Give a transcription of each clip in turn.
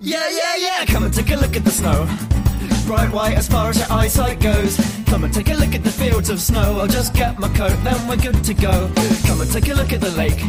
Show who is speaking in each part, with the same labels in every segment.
Speaker 1: Yeah, yeah, yeah, come and take a look at the snow. Bright white as far as your eyesight goes. Come and take a look at the fields of snow. I'll just get my coat, then we're good to go. Come and take a look at the lake.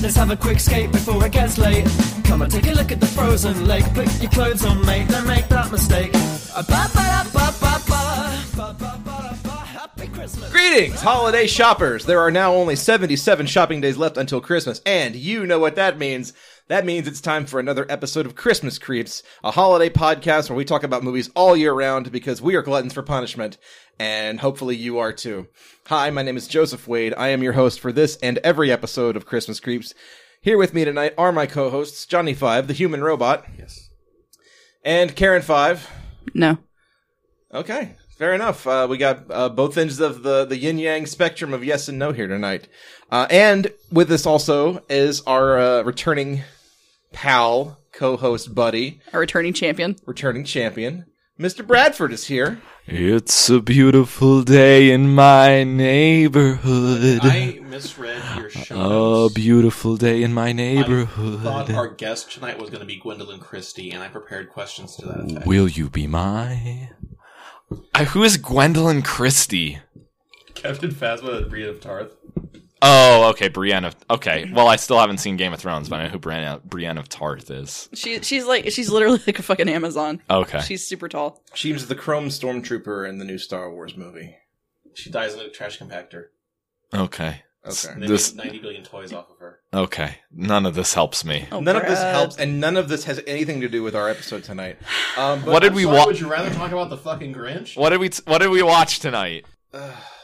Speaker 1: Let's have a quick skate before it gets late. Come and take a look at the frozen lake. Put your clothes on, mate, don't make that mistake. Ah, ba, ba, ba, ba, ba, ba, ba, ba, ba. Happy Christmas.
Speaker 2: Greetings, holiday shoppers! There are now only 77 shopping days left until Christmas, and you know what that means. That means it's time for another episode of Christmas Creeps, a holiday podcast where we talk about movies all year round because we are gluttons for punishment, and hopefully you are too. Hi, my name is Joseph Wade. I am your host for this and every episode of Christmas Creeps. Here with me tonight are my co-hosts, Johnny Five, the human robot. Yes. And Karen Five.
Speaker 3: No.
Speaker 2: Okay, fair enough. Uh, we got uh, both ends of the, the yin yang spectrum of yes and no here tonight. Uh, and with us also is our uh, returning pal, co host, buddy,
Speaker 3: A returning champion.
Speaker 2: returning champion. Mr. Bradford is here.
Speaker 4: It's a beautiful day in my neighborhood.
Speaker 5: I misread your show.
Speaker 4: a
Speaker 5: notes.
Speaker 4: beautiful day in
Speaker 5: I
Speaker 4: my
Speaker 5: thought
Speaker 4: neighborhood.
Speaker 5: our guest tonight was going to be Gwendolyn Christie, and I prepared questions to that effect.
Speaker 4: Will you be my? I, who is Gwendolyn Christie?
Speaker 5: Captain Phasma and Breed of Tarth.
Speaker 4: Oh, okay, Brienne of. Okay, well, I still haven't seen Game of Thrones, but I know who Brienne, Brienne of Tarth is.
Speaker 3: She she's like she's literally like a fucking Amazon.
Speaker 4: Okay.
Speaker 3: She's super tall.
Speaker 2: She was the Chrome Stormtrooper in the new Star Wars movie.
Speaker 5: She dies in a trash compactor.
Speaker 4: Okay.
Speaker 2: Okay.
Speaker 5: And they
Speaker 4: This-
Speaker 5: made 90 billion toys off of her.
Speaker 4: Okay. None of this helps me.
Speaker 3: Oh,
Speaker 2: none of this
Speaker 3: Brad.
Speaker 2: helps, and none of this has anything to do with our episode tonight. Um, but
Speaker 4: What did we
Speaker 5: Sorry,
Speaker 4: watch?
Speaker 5: would you rather talk about the fucking Grinch?
Speaker 4: What did we? T- what did we watch tonight?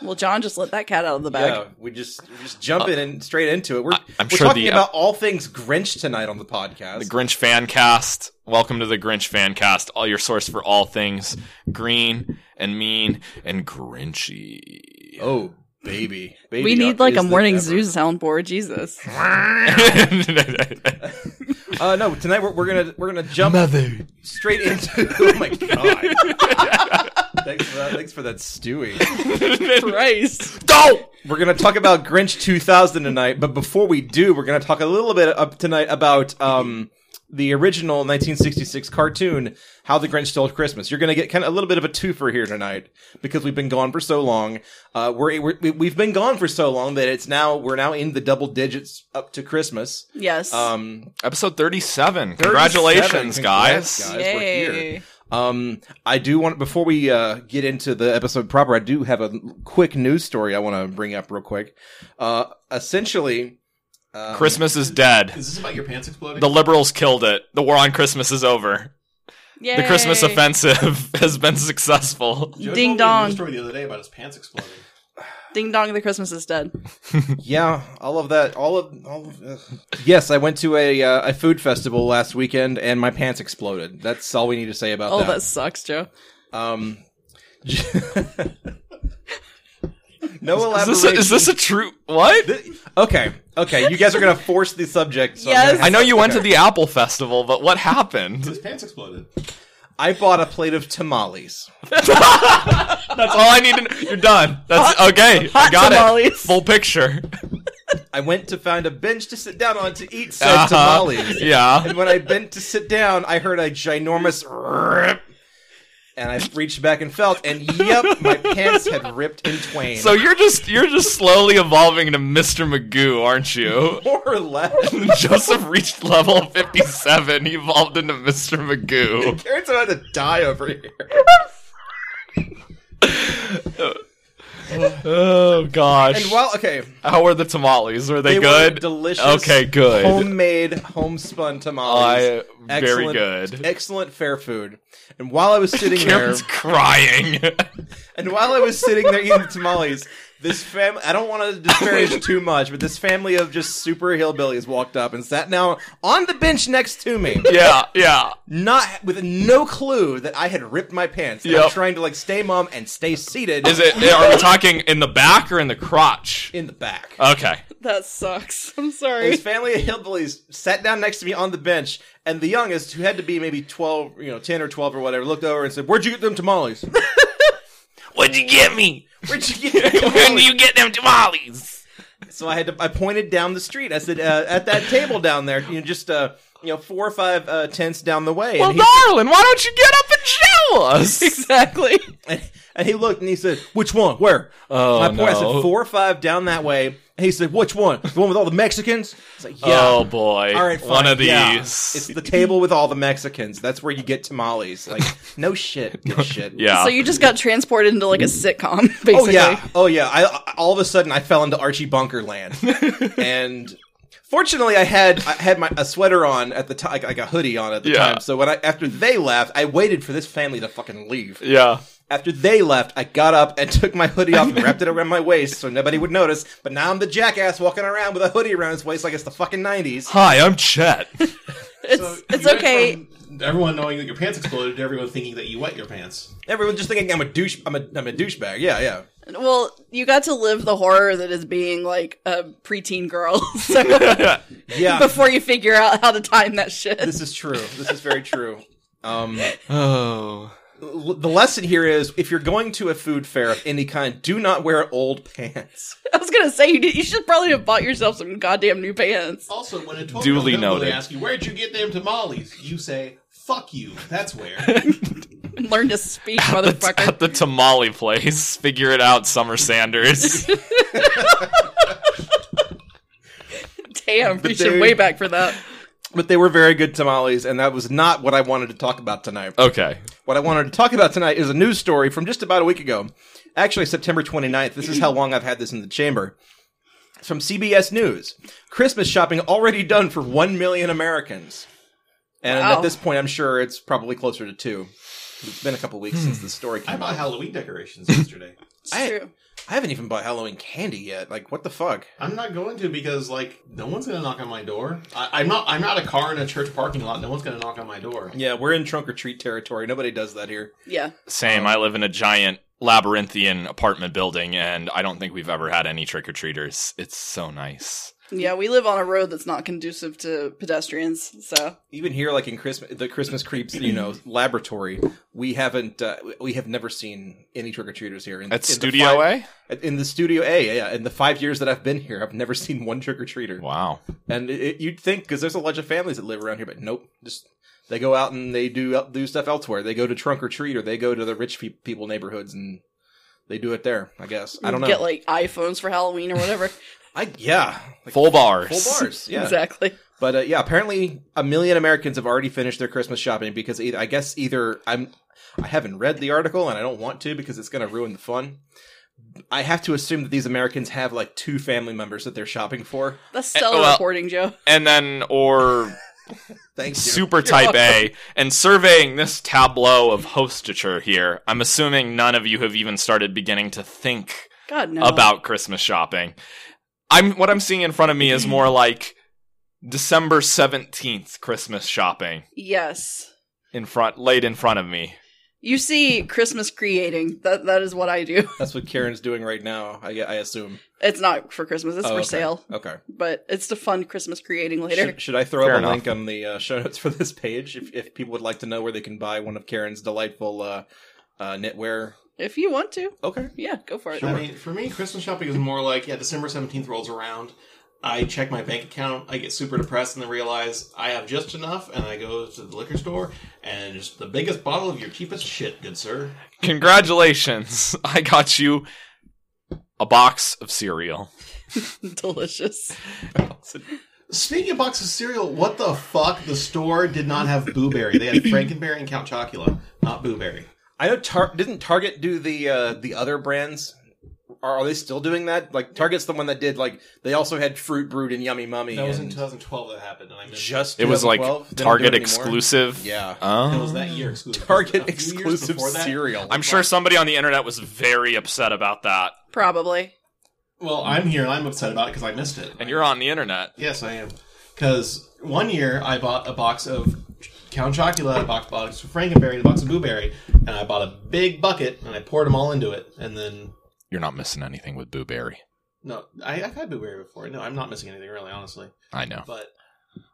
Speaker 3: Well, John just let that cat out of the bag.
Speaker 2: yeah, we just we just jump in and straight into it. We're,
Speaker 4: Uh, I- I'm
Speaker 2: we're
Speaker 4: sure
Speaker 2: talking
Speaker 4: the, uh,
Speaker 2: about all things Grinch tonight on the podcast.
Speaker 4: The Grinch fan cast. Welcome to the Grinch fan cast. All your source for all things green and mean and grinchy.
Speaker 2: Oh, baby. baby
Speaker 3: we need
Speaker 2: up
Speaker 3: like
Speaker 2: is
Speaker 3: a
Speaker 2: the
Speaker 3: morning
Speaker 2: ever.
Speaker 3: zoo soundboard. Jesus.
Speaker 2: Uh, no, tonight we're, we're gonna we're gonna jump
Speaker 4: Mother.
Speaker 2: straight into. Oh my god! thanks for that. Thanks for that, Stewie.
Speaker 3: Christ.
Speaker 4: Go.
Speaker 2: We're gonna talk about Grinch 2000 tonight, but before we do, we're gonna talk a little bit up tonight about um the original 1966 cartoon How the Grinch Stole Christmas. You're gonna get kind of a little bit of a twofer here tonight because we've been gone for so long. Uh, we're, we're we- we've been gone for so long that it's now we're now in the double digits up to Christmas.
Speaker 3: Yes.
Speaker 2: Um,
Speaker 4: Episode 37. Congratulations,
Speaker 2: 37.
Speaker 4: guys.
Speaker 2: Congrats, guys. We're
Speaker 3: Yay.
Speaker 2: here. Um, I do want before we uh, get into the episode proper. I do have a quick news story I want to bring up real quick. Uh, essentially, um,
Speaker 4: Christmas is dead.
Speaker 5: Is this about your pants exploding?
Speaker 4: The liberals killed it. The war on Christmas is over. The
Speaker 3: Yay.
Speaker 4: Christmas offensive has been successful.
Speaker 5: Joe
Speaker 3: Ding
Speaker 5: told me a
Speaker 3: dong.
Speaker 5: news story the other day about his pants exploding.
Speaker 3: Ding dong. The Christmas is dead.
Speaker 2: Yeah, all of that, all of, all of ugh. yes. I went to a uh, a food festival last weekend, and my pants exploded. That's all we need to say about
Speaker 3: Oh,
Speaker 2: that.
Speaker 3: that sucks, Joe.
Speaker 2: Um, no
Speaker 4: Is
Speaker 2: elaboration.
Speaker 4: this, a, is this a true. What?
Speaker 2: okay, okay. You guys are gonna force the subject. So I'm
Speaker 3: Yes.
Speaker 2: gonna have
Speaker 4: I know you went to
Speaker 2: Okay.
Speaker 4: the Apple Festival, but what happened?
Speaker 5: His pants exploded.
Speaker 2: I bought a plate of tamales.
Speaker 4: That's all I need to know. You're done. That's okay. I
Speaker 3: hot
Speaker 4: got it.
Speaker 3: tamales.
Speaker 4: Full picture.
Speaker 2: I went to find a bench to sit down on to eat said
Speaker 4: Uh-huh.
Speaker 2: tamales.
Speaker 4: Yeah.
Speaker 2: And when I bent to sit down, I heard a ginormous rip. And I reached back and felt, and yep, my pants had ripped in twain.
Speaker 4: So you're just you're just slowly evolving into Mr. Magoo, aren't you?
Speaker 2: more or less.
Speaker 4: Joseph reached level 57. He evolved into Mr. Magoo.
Speaker 2: Karen's about to die over here.
Speaker 4: Oh gosh.
Speaker 2: And while okay,
Speaker 4: How were the tamales? Were they,
Speaker 2: they
Speaker 4: good?
Speaker 2: were delicious.
Speaker 4: Okay, good.
Speaker 2: Homemade, homespun tamales.
Speaker 4: I- very good.
Speaker 2: Excellent fair food. And while I was sitting there,
Speaker 4: Karen's crying.
Speaker 2: And while I was sitting there eating tamales, this family, I don't want to disparage too much, but this family of just super hillbillies walked up and sat down on the bench next to me,
Speaker 4: yeah, yeah.
Speaker 2: not with no clue that I had ripped my pants. And I'm
Speaker 4: Yep.
Speaker 2: trying to like stay mom and stay seated
Speaker 4: Is it are we talking in the back or in the crotch?
Speaker 2: in the back.
Speaker 4: Okay.
Speaker 3: That sucks. I'm
Speaker 2: This
Speaker 3: sorry.
Speaker 2: family of hillbillies sat down next to me on the bench, and the youngest, who had to be maybe 12, you know, 10 or 12 or whatever, looked over and said, Where'd you get them tamales?
Speaker 4: What'd you get me?
Speaker 2: Where'd you get them
Speaker 4: When
Speaker 2: tamales?
Speaker 4: do you get them tamales?
Speaker 2: So I had to. I pointed down the street. I said, uh, "At that table down there, you know, just uh, you know, four or five uh, tents down the way.
Speaker 4: Well,
Speaker 2: and, he,
Speaker 4: darling, why don't you get up and show us?
Speaker 3: exactly.
Speaker 2: and, and he looked and he said, "Which one? Where?"
Speaker 4: Oh,
Speaker 2: My point. I said
Speaker 4: no.
Speaker 2: four or five down that way. And he said, "Which one? The one with all the Mexicans?" It's like, yeah.
Speaker 4: Oh boy!
Speaker 2: All right, fine.
Speaker 4: one of these.
Speaker 2: Yeah. It's the table with all the Mexicans. That's where you get tamales. Like, no shit, good shit.
Speaker 4: Yeah.
Speaker 3: So you just got transported into like a sitcom, basically.
Speaker 2: Ah. Oh yeah. Oh yeah. I, I- all of a sudden I fell into Archie Bunker land, and fortunately I had I had my a sweater on at the time, like, like a hoodie on at the
Speaker 4: Yeah.
Speaker 2: time. So when I after they left, I waited for this family to fucking leave.
Speaker 4: yeah.
Speaker 2: After they left, I got up and took my hoodie off and wrapped it around my waist so nobody would notice. But now I'm the jackass walking around with a hoodie around his waist like it's the fucking nineties.
Speaker 4: Hi, I'm Chet.
Speaker 3: It's
Speaker 6: So
Speaker 3: it's
Speaker 6: you went
Speaker 3: okay.
Speaker 6: from Everyone knowing that your pants exploded, to everyone thinking that you wet your pants.
Speaker 2: Everyone just thinking I'm a douche. I'm a I'm a douchebag. Yeah, yeah.
Speaker 3: Well, you got to live the horror that is being like a preteen girl. So
Speaker 2: Yeah.
Speaker 3: before you figure out how to time that shit.
Speaker 2: this is true. This is very true. Um.
Speaker 4: oh.
Speaker 2: l- the lesson here is if you're going to a food fair of any kind, do not wear old pants.
Speaker 3: I was gonna say you did, you should probably have bought yourself some goddamn new pants.
Speaker 6: Also, when a
Speaker 4: Duly
Speaker 6: twelve-year-old noted.
Speaker 4: noted.
Speaker 6: ask you where'd you get them tamales, you say "fuck you." That's where.
Speaker 3: And learn to speak,
Speaker 4: At the,
Speaker 3: motherfucker.
Speaker 4: at the tamale place. Figure it out, Summer Sanders.
Speaker 3: Damn, we should
Speaker 2: dude-
Speaker 3: way back for that.
Speaker 2: But they were very good tamales, and that was not what I wanted to talk about tonight.
Speaker 4: okay.
Speaker 2: What I wanted to talk about tonight is a news story from just about a week ago. Actually, September 29th. This is how long I've had this in the chamber. It's from CBS News. Christmas shopping already done for 1 million Americans. And
Speaker 3: Wow.
Speaker 2: at this point, I'm sure it's probably closer to 2. It's been a couple weeks since the story
Speaker 6: I
Speaker 2: came
Speaker 6: bought
Speaker 2: out.
Speaker 6: Halloween decorations yesterday.
Speaker 3: It's
Speaker 2: I-
Speaker 3: true.
Speaker 2: I haven't even bought Halloween candy yet. Like, what the fuck?
Speaker 6: I'm not going to because like no one's gonna knock on my door. I, I'm not. I'm not a car in a church parking lot. No one's gonna knock on my door.
Speaker 2: Yeah, we're in trunk or treat territory. Nobody does that here.
Speaker 3: Yeah.
Speaker 4: Same. I live in a giant labyrinthian apartment building, and I don't think we've ever had any trick or treaters. It's so nice.
Speaker 3: Yeah, we live on a road that's not conducive to pedestrians, so
Speaker 2: Even here, like in Christmas, the Christmas creeps, you know, laboratory. We haven't, uh, we have never seen any trick or treaters here. In,
Speaker 4: At
Speaker 2: in
Speaker 4: Studio
Speaker 2: the five, A, in the Studio A. Yeah, yeah. in the five years that I've been here, I've never seen one trick or treater.
Speaker 4: A. Wow.
Speaker 2: And it, it- you'd think because there's a bunch of families that live around here, but nope, just they go out and they do uh, do stuff elsewhere. They go to trunk or treat, or they go to the rich pe- people neighborhoods and they do it there. I guess I don't know.
Speaker 3: get like iPhones for Halloween or whatever.
Speaker 2: I yeah, like,
Speaker 4: Full bars.
Speaker 2: full bars. Yeah,
Speaker 3: Exactly.
Speaker 2: But uh, yeah, apparently a million Americans have already finished their Christmas shopping because either, I guess either I'm I haven't read the article and I don't want to because it's going to ruin the fun. I have to assume that these Americans have like two family members that they're shopping for.
Speaker 3: That's stellar
Speaker 4: well-
Speaker 3: reporting, Joe.
Speaker 4: And then, or
Speaker 2: Thank you.
Speaker 4: super type A. And surveying this tableau of hostature here, I'm assuming none of you have even started beginning to think
Speaker 3: God no.
Speaker 4: about Christmas shopping. I'm what I'm seeing in front of me is more like December 17th Christmas shopping
Speaker 3: Yes.
Speaker 4: in front laid in front of me.
Speaker 3: You see Christmas creating. That that is what I do.
Speaker 2: That's what Karen's doing right now. I, I assume.
Speaker 3: It's not for Christmas, it's
Speaker 2: Oh,
Speaker 3: for
Speaker 2: okay.
Speaker 3: sale.
Speaker 2: Okay.
Speaker 3: But it's to fund Christmas creating later.
Speaker 2: Should, should I throw
Speaker 4: Fair
Speaker 2: up a
Speaker 4: enough.
Speaker 2: link on the uh, show notes for this page if, if people would like to know where they can buy one of Karen's delightful uh, uh, knitwear?
Speaker 3: If you want to.
Speaker 2: Okay.
Speaker 3: Yeah, go for it.
Speaker 6: I mean, for me, Christmas shopping is more like yeah. December seventeenth rolls around. I check my bank account. I get super depressed and then realize I have just enough, and I go to the liquor store and just the biggest bottle of your cheapest shit, good sir.
Speaker 4: Congratulations. I got you a box of cereal.
Speaker 3: Delicious.
Speaker 6: Speaking of boxes of cereal, what the fuck? The store did not have Boo Berry. They had Frankenberry and Count Chocula, not Boo Berry.
Speaker 2: I know Tar- didn't Target do the uh, the other brands? Are, are they still doing that? Like Target's the one that did like they also had Fruit Brewed and Yummy Mummy.
Speaker 6: That was in
Speaker 2: and
Speaker 6: 2012 that happened, and I missed it.
Speaker 2: just
Speaker 4: It was like
Speaker 2: 2012? They don't do
Speaker 4: Target
Speaker 2: it anymore?
Speaker 4: exclusive.
Speaker 2: Yeah.
Speaker 6: It
Speaker 4: Oh.
Speaker 6: was that year exclusive.
Speaker 2: Um, Target
Speaker 6: A few years
Speaker 2: exclusive
Speaker 6: before that-
Speaker 2: cereal.
Speaker 4: I'm sure somebody on the internet was very upset about that.
Speaker 3: Probably.
Speaker 6: Well, I'm here and I'm upset about it because I missed it.
Speaker 4: And you're on the internet.
Speaker 6: Yes, I am. Because one year I bought a box of Count Chocula, I bought a box of Frankenberry, and a box of Blueberry, and I bought a big bucket and I poured them all into it. And then,
Speaker 4: You're not missing anything with Boo Berry.
Speaker 6: no, I, I've had Blueberry before. No, I'm not missing anything really, honestly.
Speaker 4: I know.
Speaker 6: But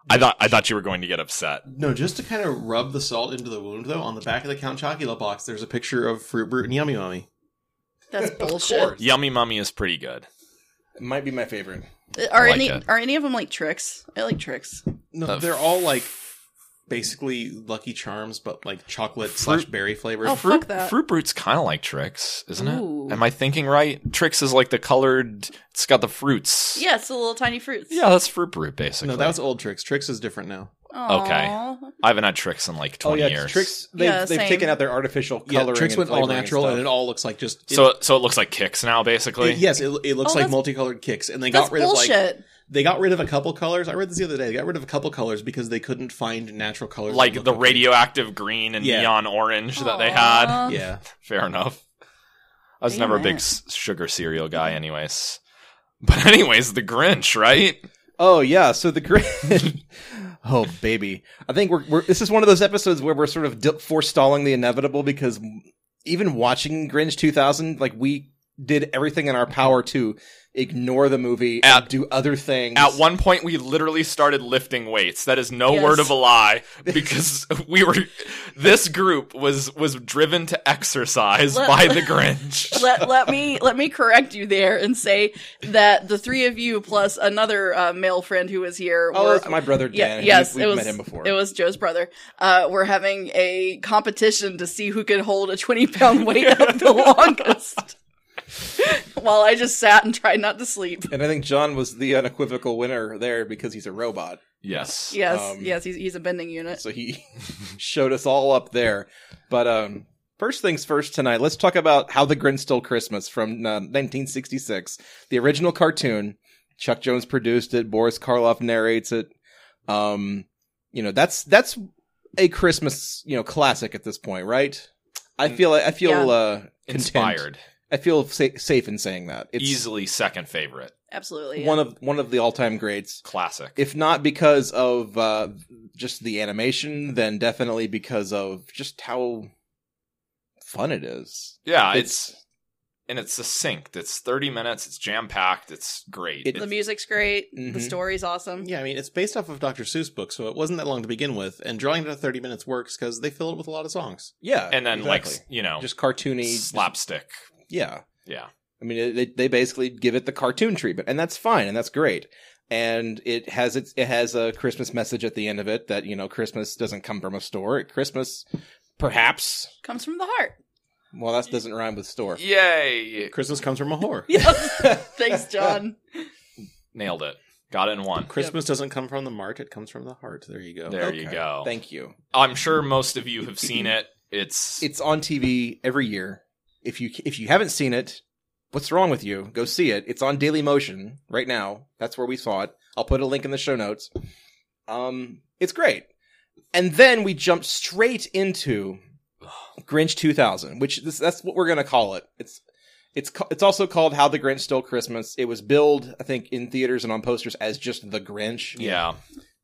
Speaker 4: I thought I thought you were going to get upset.
Speaker 6: no, just to kind of rub the salt into the wound, though, on the back of the Count Chocula box, there's a picture of Fruit Brute and Yummy Mummy.
Speaker 3: That's bullshit.
Speaker 4: Yummy Mummy is pretty good.
Speaker 2: It might be my favorite.
Speaker 3: Are
Speaker 4: I like
Speaker 3: any
Speaker 4: it.
Speaker 3: are any of them like tricks? I like tricks.
Speaker 6: No,
Speaker 4: Uh,
Speaker 6: they're all like
Speaker 5: basically Lucky Charms, but like chocolate slash berry flavored.
Speaker 3: Oh,
Speaker 4: Fruit,
Speaker 3: Fuck that.
Speaker 4: fruit Brute's kind of like Trix, isn't
Speaker 3: Ooh.
Speaker 4: it? Am I thinking right? Trix is like the colored. It's got the fruits.
Speaker 3: Yeah, it's the little tiny fruits.
Speaker 4: Yeah, that's Fruit Brute basically.
Speaker 5: no, that was old tricks. Tricks is different now.
Speaker 4: okay.
Speaker 3: Aw.
Speaker 4: I haven't had Trix in like
Speaker 2: Oh
Speaker 4: twenty
Speaker 2: yeah,
Speaker 4: years.
Speaker 2: tricks. They've,
Speaker 3: Yeah,
Speaker 2: they've
Speaker 3: same.
Speaker 2: taken out their artificial coloring.
Speaker 5: yeah, tricks
Speaker 2: and
Speaker 5: went all
Speaker 2: flavoring
Speaker 5: natural, and,
Speaker 2: and
Speaker 5: it all looks like just it-
Speaker 4: So so it looks like kicks now, basically.
Speaker 5: it- yes, it, it looks like
Speaker 3: Oh, that's-
Speaker 5: multicolored kicks, and they
Speaker 3: That's
Speaker 5: got rid
Speaker 3: bullshit.
Speaker 5: of like they got rid of a couple colors. I read this the other day. They got rid of a couple colors because they couldn't find natural colors. that
Speaker 4: Like
Speaker 5: look
Speaker 4: the
Speaker 5: okay.
Speaker 4: radioactive green and
Speaker 5: Yeah.
Speaker 4: neon orange that they
Speaker 3: Aw.
Speaker 4: had.
Speaker 5: Yeah,
Speaker 4: Fair enough. I was never a big
Speaker 3: Amen.
Speaker 4: s- sugar cereal guy, anyways. But anyways, the Grinch, right?
Speaker 2: Oh yeah, so the grid. oh baby, I think we're, we're this is one of those episodes where we're sort of di- forestalling the inevitable because even watching Grinch 2000, like we did everything in our power to ignore the movie and
Speaker 4: At-
Speaker 2: do other things.
Speaker 4: At one point, we literally started lifting weights. That is no
Speaker 3: Yes.
Speaker 4: word of a lie because we were. This group was was driven to exercise
Speaker 3: Let-
Speaker 4: by the Grinch.
Speaker 3: let let me let me correct you there and say that the three of you plus another uh, male friend who was here
Speaker 2: oh,
Speaker 3: were
Speaker 2: it's my brother Dan.
Speaker 3: yeah,
Speaker 2: We-
Speaker 3: yes,
Speaker 2: we've
Speaker 3: it was
Speaker 2: met him before.
Speaker 3: it was Joe's brother. Uh, we're having a competition to see who could hold a twenty pound weight up the longest. While I just sat and tried not to sleep.
Speaker 2: and I think John was the unequivocal winner there because he's a robot.
Speaker 4: yes.
Speaker 3: Yes,
Speaker 2: Um,
Speaker 3: yes, he's he's a bending unit.
Speaker 2: So he showed us all up there. But um, first things first tonight, let's talk about How the Grinch Stole Christmas from uh, 1966, the original cartoon. Chuck Jones produced it. Boris Karloff narrates it. Um, you know that's that's a Christmas you know classic at this point, right? I feel I feel
Speaker 3: Yeah.
Speaker 2: uh, content.
Speaker 4: Inspired.
Speaker 2: I feel sa- safe in saying that it's
Speaker 4: Easily second favorite.
Speaker 3: Absolutely. yeah.
Speaker 2: one of one of the all time greats
Speaker 4: Classic.
Speaker 2: if not because of uh, just the animation, then definitely because of just how fun it is.
Speaker 4: yeah, it's, and it's succinct. It's 30 minutes. It's jam packed. It's great.
Speaker 2: It-
Speaker 3: the music's great, the
Speaker 2: Mhm.
Speaker 3: story's awesome.
Speaker 5: yeah. I mean, it's based off of Dr. Seuss book, so it wasn't that long to begin with. And drawing it to thirty minutes works because they fill it with a lot of songs.
Speaker 2: yeah,
Speaker 4: and then like
Speaker 2: exactly.
Speaker 4: you know
Speaker 2: just cartoony just-
Speaker 4: slapstick.
Speaker 2: yeah,
Speaker 4: Yeah.
Speaker 2: I mean, it- they they basically give it the cartoon treatment, and that's fine, and that's great. And it has its it has a Christmas message at the end of it that you know Christmas doesn't come from a store. Christmas, perhaps.
Speaker 3: Comes from the heart.
Speaker 2: Well, that doesn't rhyme with store.
Speaker 4: Yay!
Speaker 5: Christmas comes from a whore.
Speaker 3: Thanks, John.
Speaker 4: Nailed it. Got it in one.
Speaker 5: Christmas doesn't come from the mart; it comes from the heart. There you go.
Speaker 4: There you
Speaker 2: Okay.
Speaker 4: go.
Speaker 2: Thank you.
Speaker 4: I'm sure most of you have seen it. It's
Speaker 2: it's on TV every year. If you if you haven't seen it, what's wrong with you? Go see it. It's on Daily Motion right now. That's where we saw it. I'll put a link in the show notes. Um, it's great. And then we jump straight into Grinch 2000, which this, that's what we're gonna call it. It's it's ca- it's also called How the Grinch Stole Christmas. It was billed, I think, in theaters and on posters as just the Grinch.
Speaker 4: yeah.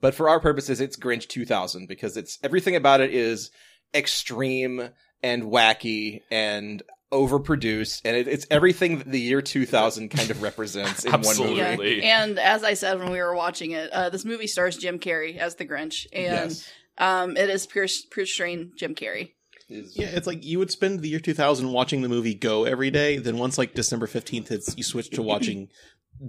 Speaker 2: But for our purposes, it's Grinch 2000 because it's everything about it is extreme and wacky and overproduced, and it, it's everything that the year 2000 kind of represents in one
Speaker 4: Absolutely.
Speaker 2: movie.
Speaker 3: Yeah.
Speaker 4: Really?
Speaker 3: And as I said when we were watching it, uh, this movie stars Jim Carrey as the Grinch, and
Speaker 2: Yes.
Speaker 3: um, it is pure, pure strain Jim Carrey.
Speaker 2: Is-
Speaker 5: Yeah, it's like you would spend the year 2000 watching the movie Go every day. Then once like December 15th hits, you switch to watching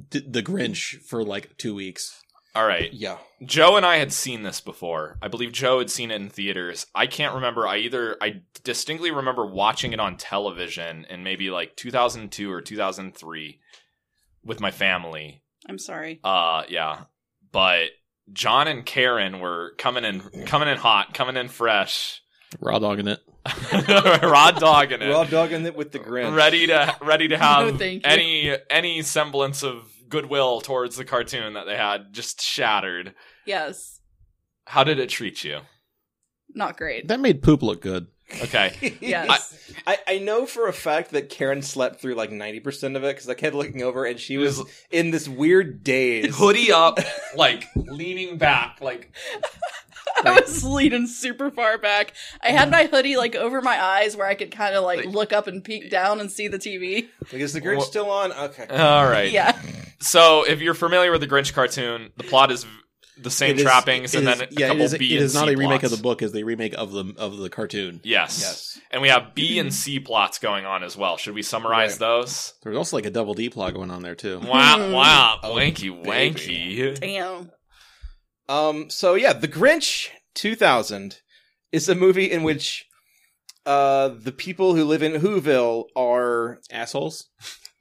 Speaker 5: D- The Grinch for like two weeks.
Speaker 4: All right.
Speaker 2: yeah.
Speaker 4: Joe and I had seen this before. I believe Joe had seen it in theaters. I can't remember. I either I distinctly remember watching it on television in maybe like 2002 or 2003 with my family.
Speaker 3: I'm sorry.
Speaker 4: Uh yeah. But John and Karen were coming in coming in hot, coming in fresh.
Speaker 5: Raw dogging it.
Speaker 4: Rod dogging it.
Speaker 2: We're all dogging it with the Grinch.
Speaker 4: ready to ready to have
Speaker 3: thank you.
Speaker 4: any any semblance of goodwill towards the cartoon that they had just shattered.
Speaker 3: Yes,
Speaker 4: How did it treat you?
Speaker 3: not great.
Speaker 5: That made poop look good.
Speaker 4: Okay.
Speaker 3: Yes.
Speaker 2: I, I know for a fact that Karen slept through like 90% of it because I kept looking over and she was
Speaker 4: was-
Speaker 2: in this weird daze.
Speaker 4: Hoodie up, like leaning back, like
Speaker 3: I was leaning super far back. I had my hoodie like over my eyes where I could kind of like
Speaker 4: Like-
Speaker 3: look up and peek down and see the TV.
Speaker 2: Like, is the Grinch
Speaker 4: Wha- Uh,
Speaker 2: still on? Okay.
Speaker 4: all right.
Speaker 3: Yeah,
Speaker 4: So if you're familiar with the Grinch cartoon, the plot is v- the same
Speaker 5: It is-
Speaker 4: trappings,
Speaker 5: it
Speaker 4: and
Speaker 5: is-
Speaker 4: then a
Speaker 5: yeah,
Speaker 4: couple
Speaker 5: it is,
Speaker 4: B
Speaker 5: it
Speaker 4: and
Speaker 5: is not
Speaker 4: C
Speaker 5: a remake
Speaker 4: plots.
Speaker 5: of the book; is a remake of the of the cartoon.
Speaker 4: Yes.
Speaker 2: Yes.
Speaker 4: And we have
Speaker 5: Mm-hmm.
Speaker 4: B and C plots going on as well. Should we summarize
Speaker 2: Right.
Speaker 4: those?
Speaker 5: There was also like a double D plot going on there too.
Speaker 4: Wow,
Speaker 3: Hmm.
Speaker 4: wow,
Speaker 2: Oh,
Speaker 4: wanky,
Speaker 2: baby.
Speaker 4: wanky.
Speaker 3: damn.
Speaker 2: Um. So yeah, the Grinch 2000 is a movie in which uh, the people who live in Whoville are
Speaker 6: Assholes.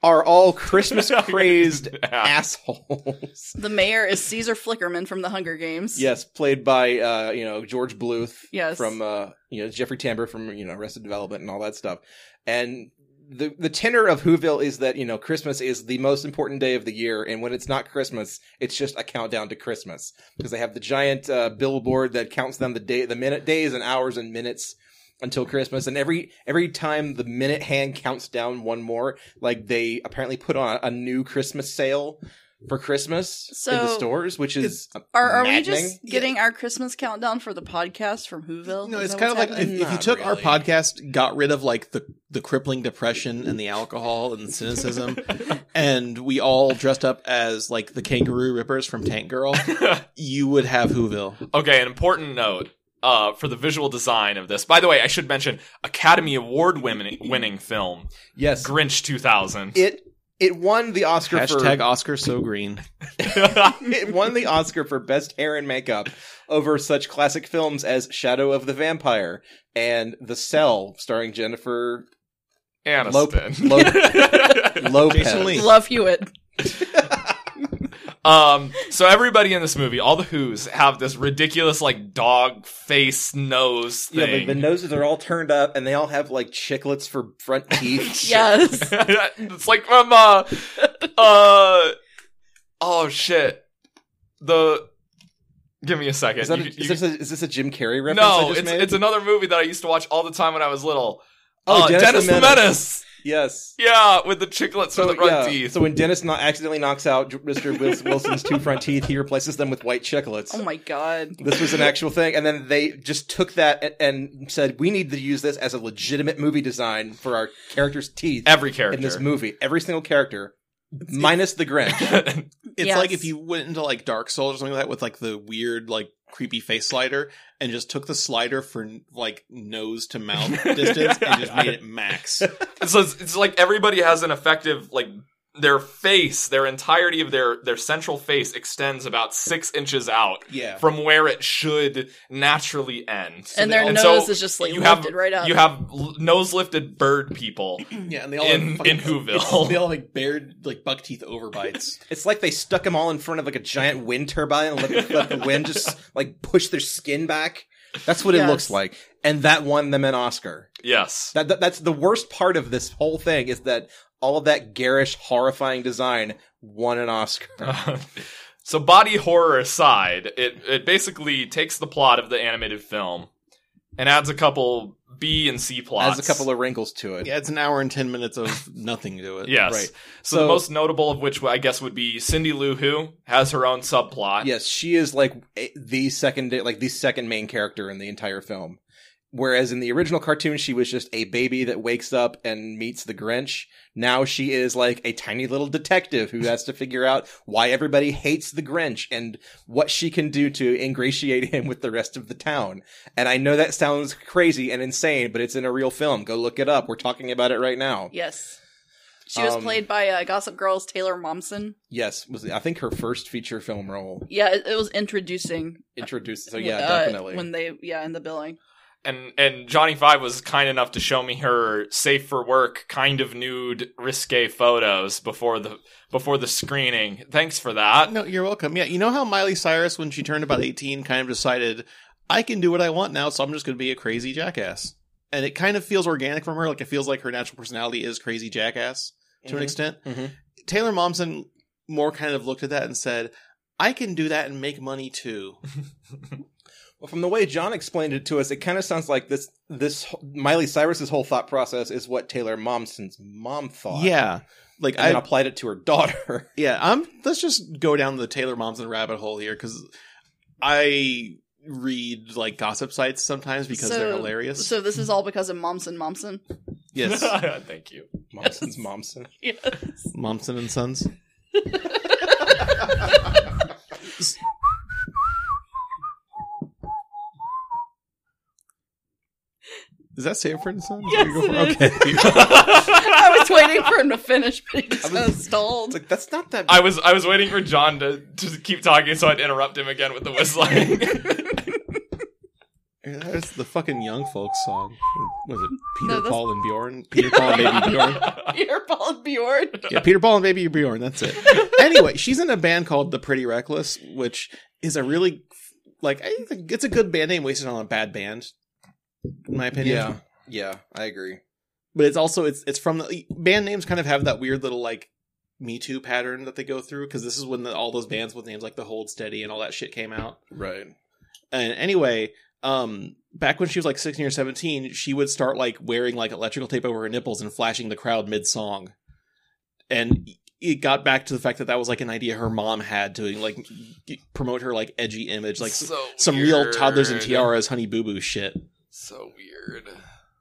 Speaker 2: are all Christmas crazed
Speaker 4: Yeah.
Speaker 2: assholes.
Speaker 3: The mayor is Caesar Flickerman from The Hunger Games.
Speaker 2: Yes, played by uh, you know George Bluth
Speaker 3: Yes.
Speaker 2: from uh, you know Jeffrey Tambor from you know Arrested Development and all that stuff. And the the tenor of Whoville is that you know Christmas is the most important day of the year, and when it's not Christmas, it's just a countdown to Christmas because they have the giant uh, billboard that counts down the day, the minute days and hours and minutes until Christmas, and every every time the minute hand counts down one more, like they apparently put on a new Christmas sale for Christmas in the
Speaker 3: So,
Speaker 2: stores, which is
Speaker 3: Are, are we
Speaker 2: maddening.
Speaker 3: just getting our Christmas countdown for the podcast from Whoville?
Speaker 6: No,
Speaker 3: Is
Speaker 6: it's
Speaker 3: that
Speaker 6: kind of
Speaker 3: what's
Speaker 6: like
Speaker 3: happening?
Speaker 6: if, if you
Speaker 2: Not
Speaker 6: took our
Speaker 2: really.
Speaker 6: podcast, got rid of like the the crippling depression and the alcohol and cynicism, and we all dressed up as like the kangaroo rippers from Tank Girl, you would have Whoville.
Speaker 4: Okay, an important note uh, for the visual design of this. By the way, I should mention Academy Award winning, winning film
Speaker 2: yes
Speaker 4: Grinch 2000.
Speaker 2: it it won the Oscar
Speaker 6: Hashtag Oscar so green.
Speaker 2: for it won the Oscar for best hair and makeup over such classic films as Shadow of the Vampire and The Cell, starring Jennifer
Speaker 4: Aniston.
Speaker 2: Lopez.
Speaker 6: Jason Lee.
Speaker 3: Love Hewitt.
Speaker 4: um, so everybody in this movie, all the Who's, have this ridiculous like dog face nose
Speaker 2: Yeah, the,
Speaker 4: thing.
Speaker 2: the noses are all turned up, and they all have like chiclets for front teeth.
Speaker 3: Yes.
Speaker 4: it's like from uh, uh, oh shit, the. Give me a second.
Speaker 2: Is, that a,
Speaker 4: You-
Speaker 2: is,
Speaker 4: you-
Speaker 2: this a, is this a Jim Carrey reference? I
Speaker 4: no,
Speaker 2: just
Speaker 4: it's
Speaker 2: made?
Speaker 4: it's another movie that I used to watch all the time when I was little.
Speaker 2: Oh,
Speaker 4: Uh,
Speaker 2: Dennis the
Speaker 4: the
Speaker 2: Menace.
Speaker 4: Menace.
Speaker 2: yes.
Speaker 4: Yeah, with the chiclets for
Speaker 2: So,
Speaker 4: the front
Speaker 2: yeah,
Speaker 4: teeth.
Speaker 2: so when Dennis not accidentally knocks out Mr. Wils- Wilson's two front teeth, he replaces them with white chiclets.
Speaker 3: Oh my god.
Speaker 2: this was an actual thing and then they just took that a- and said we need to use this as a legitimate movie design for our characters teeth
Speaker 4: Every character.
Speaker 2: in this movie every single character minus the grinch
Speaker 6: It's
Speaker 3: Yes.
Speaker 6: like if you went into like Dark Souls or something like that with like the weird like creepy face slider and just took the slider for like nose to mouth distance and just made it max.
Speaker 4: so it's, it's like everybody has an effective like their face, their entirety of their their central face extends about six inches out
Speaker 6: Yeah.
Speaker 4: from where it should naturally end.
Speaker 3: and their
Speaker 4: And so
Speaker 3: nose is just like
Speaker 4: you
Speaker 3: lifted
Speaker 4: have
Speaker 3: right up.
Speaker 4: you have l- nose lifted bird people.
Speaker 6: Yeah, and they all
Speaker 4: In-
Speaker 6: have fucking-
Speaker 4: in Whoville.
Speaker 6: They all like bared like buck teeth overbites.
Speaker 2: it's like they stuck them all in front of like a giant wind turbine and let the, let the wind just like push their skin back that's what it
Speaker 3: Yes.
Speaker 2: looks like and that won them an oscar
Speaker 4: Yes.
Speaker 2: that, that that's the worst part of this whole thing is that all of that garish horrifying design won an oscar
Speaker 4: so body horror aside, it it basically takes the plot of the animated film and adds a couple B and C plots.
Speaker 2: has a couple of wrinkles to it
Speaker 6: yeah, it's an hour and ten minutes of nothing to it.
Speaker 4: Yes.
Speaker 2: Right.
Speaker 4: So,
Speaker 2: So-
Speaker 4: the most notable of which I guess would be Cindy Lou Who has her own subplot.
Speaker 2: Yes, she is like a- the second, like the second main character in the entire film. Whereas in the original cartoon, she was just a baby that wakes up and meets the Grinch. Now she is like a tiny little detective who has to figure out why everybody hates the Grinch and what she can do to ingratiate him with the rest of the town. And I know that sounds crazy and insane, but it's in a real film. Go look it up. We're talking about it right now.
Speaker 3: yes. She was
Speaker 2: Um,
Speaker 3: played by uh, Gossip Girl's Taylor Momsen.
Speaker 2: Yes, was I think her first feature film role
Speaker 3: Yeah, it, it was introducing.
Speaker 2: introduced. So yeah,
Speaker 3: uh,
Speaker 2: definitely.
Speaker 3: When they yeah in the billing.
Speaker 4: And and Johnny Five was kind enough to show me her safe for work kind of nude risque photos before the before the screening. Thanks for that.
Speaker 6: No, you're welcome. Yeah, you know how Miley Cyrus, when she turned about 18, kind of decided, I can do what I want now, so I'm just going to be a crazy jackass. And it kind of feels organic from her. Like, it feels like her natural personality is crazy jackass to an
Speaker 2: Mhm.
Speaker 6: extent.
Speaker 2: Mhm.
Speaker 6: Taylor Momsen more kind of looked at that and said, I can do that and make money too.
Speaker 2: Well, from the way John explained it to us, it kind of sounds like this this wh- Miley Cyrus's whole thought process is what Taylor Momsen's mom thought.
Speaker 6: Yeah. Like,
Speaker 2: and then
Speaker 6: I,
Speaker 2: applied it to her daughter.
Speaker 6: yeah, I'm, let's just go down the Taylor Momsen rabbit hole here because I read like gossip sites sometimes because they're
Speaker 3: So-
Speaker 6: hilarious.
Speaker 3: So this is all because of Momsen Momsen.
Speaker 6: yes.
Speaker 4: Thank you.
Speaker 2: Momsen's Momsen.
Speaker 3: Yes.
Speaker 6: Momsen and Sons. Is that Sanford and Sons?
Speaker 3: Yes,
Speaker 6: Are you going
Speaker 3: it
Speaker 6: for- okay.
Speaker 3: I was waiting for him to finish, but he just
Speaker 2: I was-
Speaker 3: kinda
Speaker 2: It's
Speaker 3: stalled.
Speaker 2: like that's not that.
Speaker 4: I was I was waiting for John to, to keep talking so I'd interrupt him again with the whistling.
Speaker 6: That's the fucking young folks song. Was it Peter
Speaker 3: No, that's-
Speaker 6: Paul and Bjorn? Peter Paul and Baby Bjorn.
Speaker 3: Peter Paul and Bjorn.
Speaker 6: Yeah, Peter Paul and Baby Bjorn. That's it. Anyway, she's in a band called The Pretty Reckless, which is a really like I think it's a good band name wasted on a bad band, in my opinion.
Speaker 2: Yeah, yeah, I agree.
Speaker 6: but it's also it's it's from the band names kind of have that weird little like me too pattern that they go through because this is when the, all those bands with names like the hold steady and all that shit came out
Speaker 2: Right.
Speaker 6: and anyway um back when she was like 16 or 17 she would start like wearing like electrical tape over her nipples and flashing the crowd mid-song and it got back to the fact that that was like an idea her mom had to like g- promote her like edgy image like s-
Speaker 4: So
Speaker 6: some real toddlers and
Speaker 4: weird.
Speaker 6: tiaras honey boo boo shit
Speaker 4: So weird.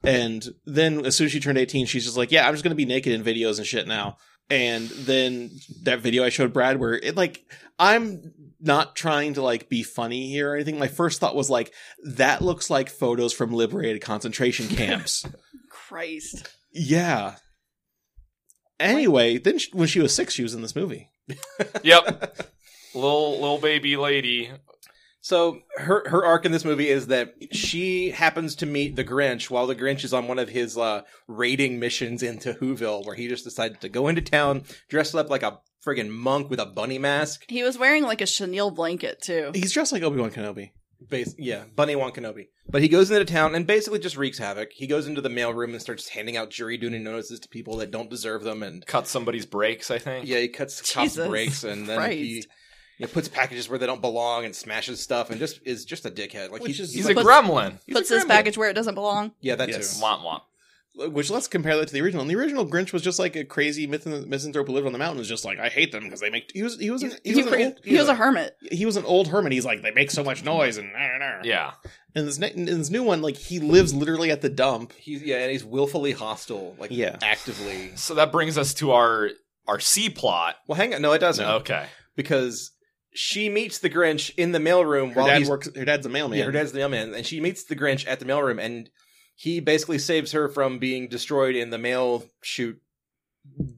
Speaker 6: and then as soon as she turned 18, she's just like, yeah, I'm just going to be naked in videos and shit now. And then that video I showed Brad where it like, I'm not trying to like be funny here or anything. My first thought was like, that looks like photos from liberated concentration camps.
Speaker 3: Christ.
Speaker 6: yeah. Anyway, then she, when she was six, she was in this movie.
Speaker 4: Yep. little little baby lady.
Speaker 2: So her her arc in this movie is that she happens to meet the Grinch while the Grinch is on one of his uh, raiding missions into Whoville, where he just decided to go into town dressed up like a friggin' monk with a bunny mask.
Speaker 3: He was wearing like a chenille blanket too.
Speaker 6: He's dressed like Obi Wan Kenobi.
Speaker 2: Bas- yeah, Bunny Wan Kenobi. But he goes into town and basically just wreaks havoc. He goes into the mailroom and starts handing out jury duty notices to people that don't deserve them, and
Speaker 4: Cut somebody's brakes, I think.
Speaker 2: yeah, he cuts cops'
Speaker 3: Jesus
Speaker 2: brakes, and then he.
Speaker 3: Christ.
Speaker 2: You know, puts packages where they don't belong and smashes stuff and just is just a dickhead. Like
Speaker 6: Which
Speaker 2: he's,
Speaker 6: is-
Speaker 4: He's
Speaker 2: like,
Speaker 4: a
Speaker 3: Puts-
Speaker 4: gremlin.
Speaker 2: he's a
Speaker 3: Puts his
Speaker 2: gremlin.
Speaker 3: package where it doesn't belong.
Speaker 2: Yeah, that
Speaker 6: Yes.
Speaker 2: too.
Speaker 4: Womp womp.
Speaker 6: Which let's compare that to the original. And the original Grinch was just like a crazy myth- misanthrope who lived on the mountain. Was just like I hate them because they make. He was he was an, he, was an
Speaker 3: he,
Speaker 6: old,
Speaker 3: he was a hermit.
Speaker 6: he was an old hermit. He's like, they make so much noise and nah, nah.
Speaker 4: Yeah.
Speaker 6: And this, ne- and this new one, like, he lives literally at the dump.
Speaker 2: He's yeah, and he's willfully hostile, like
Speaker 6: Yeah.
Speaker 2: actively.
Speaker 4: So that brings us to our our C plot.
Speaker 2: Well, hang on, no, it doesn't,
Speaker 4: Okay.
Speaker 2: because she meets the Grinch in the mailroom
Speaker 6: Her
Speaker 2: while
Speaker 6: dad
Speaker 2: he's
Speaker 6: works. Her dad's a mailman.
Speaker 2: yeah, her dad's the mailman, and she meets the Grinch at the mailroom, and he basically saves her from being destroyed in the mail shoot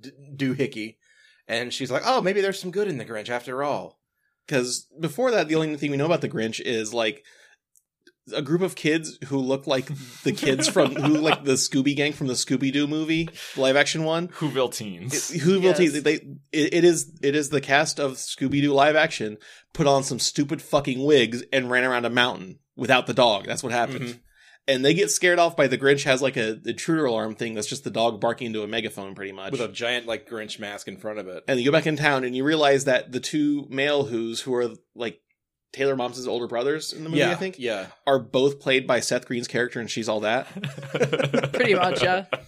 Speaker 2: d- doohickey, and she's like, oh, maybe there's some good in the Grinch after all.
Speaker 6: Because before that, the only thing we know about the Grinch is like a group of kids who look like the kids from who look like the Scooby Gang from the Scooby Doo movie, the live action one.
Speaker 4: Whoville teens.
Speaker 6: It- who will
Speaker 3: Yes.
Speaker 6: tease? They it, it is it is the cast of Scooby Doo live action put on some stupid fucking wigs and ran around a mountain without the dog. That's what happened.
Speaker 2: Mhm.
Speaker 6: And they get scared off by the Grinch has like a intruder alarm thing that's just the dog barking into a megaphone, pretty much.
Speaker 2: With a giant like Grinch mask in front of it,
Speaker 6: and you go back in town and you realize that the two male who's who are like Taylor Momsen's older brothers in the movie,
Speaker 2: yeah,
Speaker 6: I think,
Speaker 2: yeah,
Speaker 6: are both played by Seth Green's character, and she's all that.
Speaker 3: Pretty much, yeah.
Speaker 4: Oh,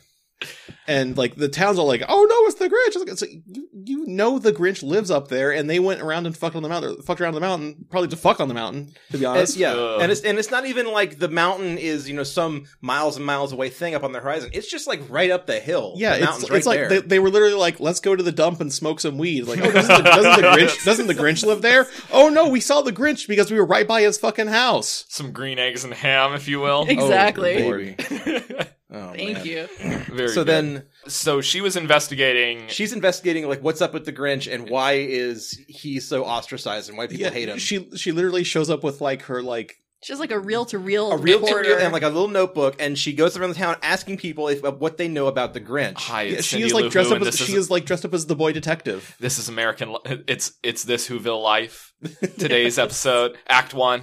Speaker 6: and like the town's all like, "Oh no, it's the Grinch!" It's like, it's like, you, you know the Grinch lives up there, and they went around and fucked on the mountain, fucked around the mountain, probably to fuck on the mountain, to be
Speaker 2: And-
Speaker 6: honest.
Speaker 2: yeah,
Speaker 4: Ugh.
Speaker 2: and it's and it's not even like the mountain is you know some miles and miles away thing up on the horizon. It's just like right up the hill.
Speaker 6: Yeah,
Speaker 2: the
Speaker 6: it's,
Speaker 2: mountain's
Speaker 6: it's
Speaker 2: right
Speaker 6: like
Speaker 2: there.
Speaker 6: they, they were literally like, "Let's go to the dump and smoke some weed." Like, oh, doesn't the, doesn't the Grinch doesn't the Grinch live there? Oh no, we saw the Grinch because we were right by his fucking house.
Speaker 4: Some green eggs and ham, if you will.
Speaker 2: Oh,
Speaker 3: Exactly.
Speaker 2: baby. Oh,
Speaker 3: Thank
Speaker 2: man.
Speaker 3: you.
Speaker 4: Very
Speaker 2: So
Speaker 4: good.
Speaker 2: then
Speaker 4: so she was investigating.
Speaker 2: she's investigating like what's up with the Grinch and why is he so ostracized and why people hate him.
Speaker 6: She she literally shows up with like her like
Speaker 3: She has like a reel to reel
Speaker 2: a real
Speaker 3: recorder.
Speaker 2: and like a little notebook, and she goes around the town asking people if, uh, what they know about the Grinch.
Speaker 4: Hi,
Speaker 6: yeah,
Speaker 4: it's
Speaker 6: she
Speaker 4: Cindy
Speaker 6: is like
Speaker 4: Lou
Speaker 6: dressed
Speaker 4: Who,
Speaker 6: up
Speaker 4: and
Speaker 6: as
Speaker 4: this
Speaker 6: she
Speaker 4: is,
Speaker 6: is like dressed up as the boy detective.
Speaker 4: this is American. Li- It's it's this Whoville life. Today's episode, Act One,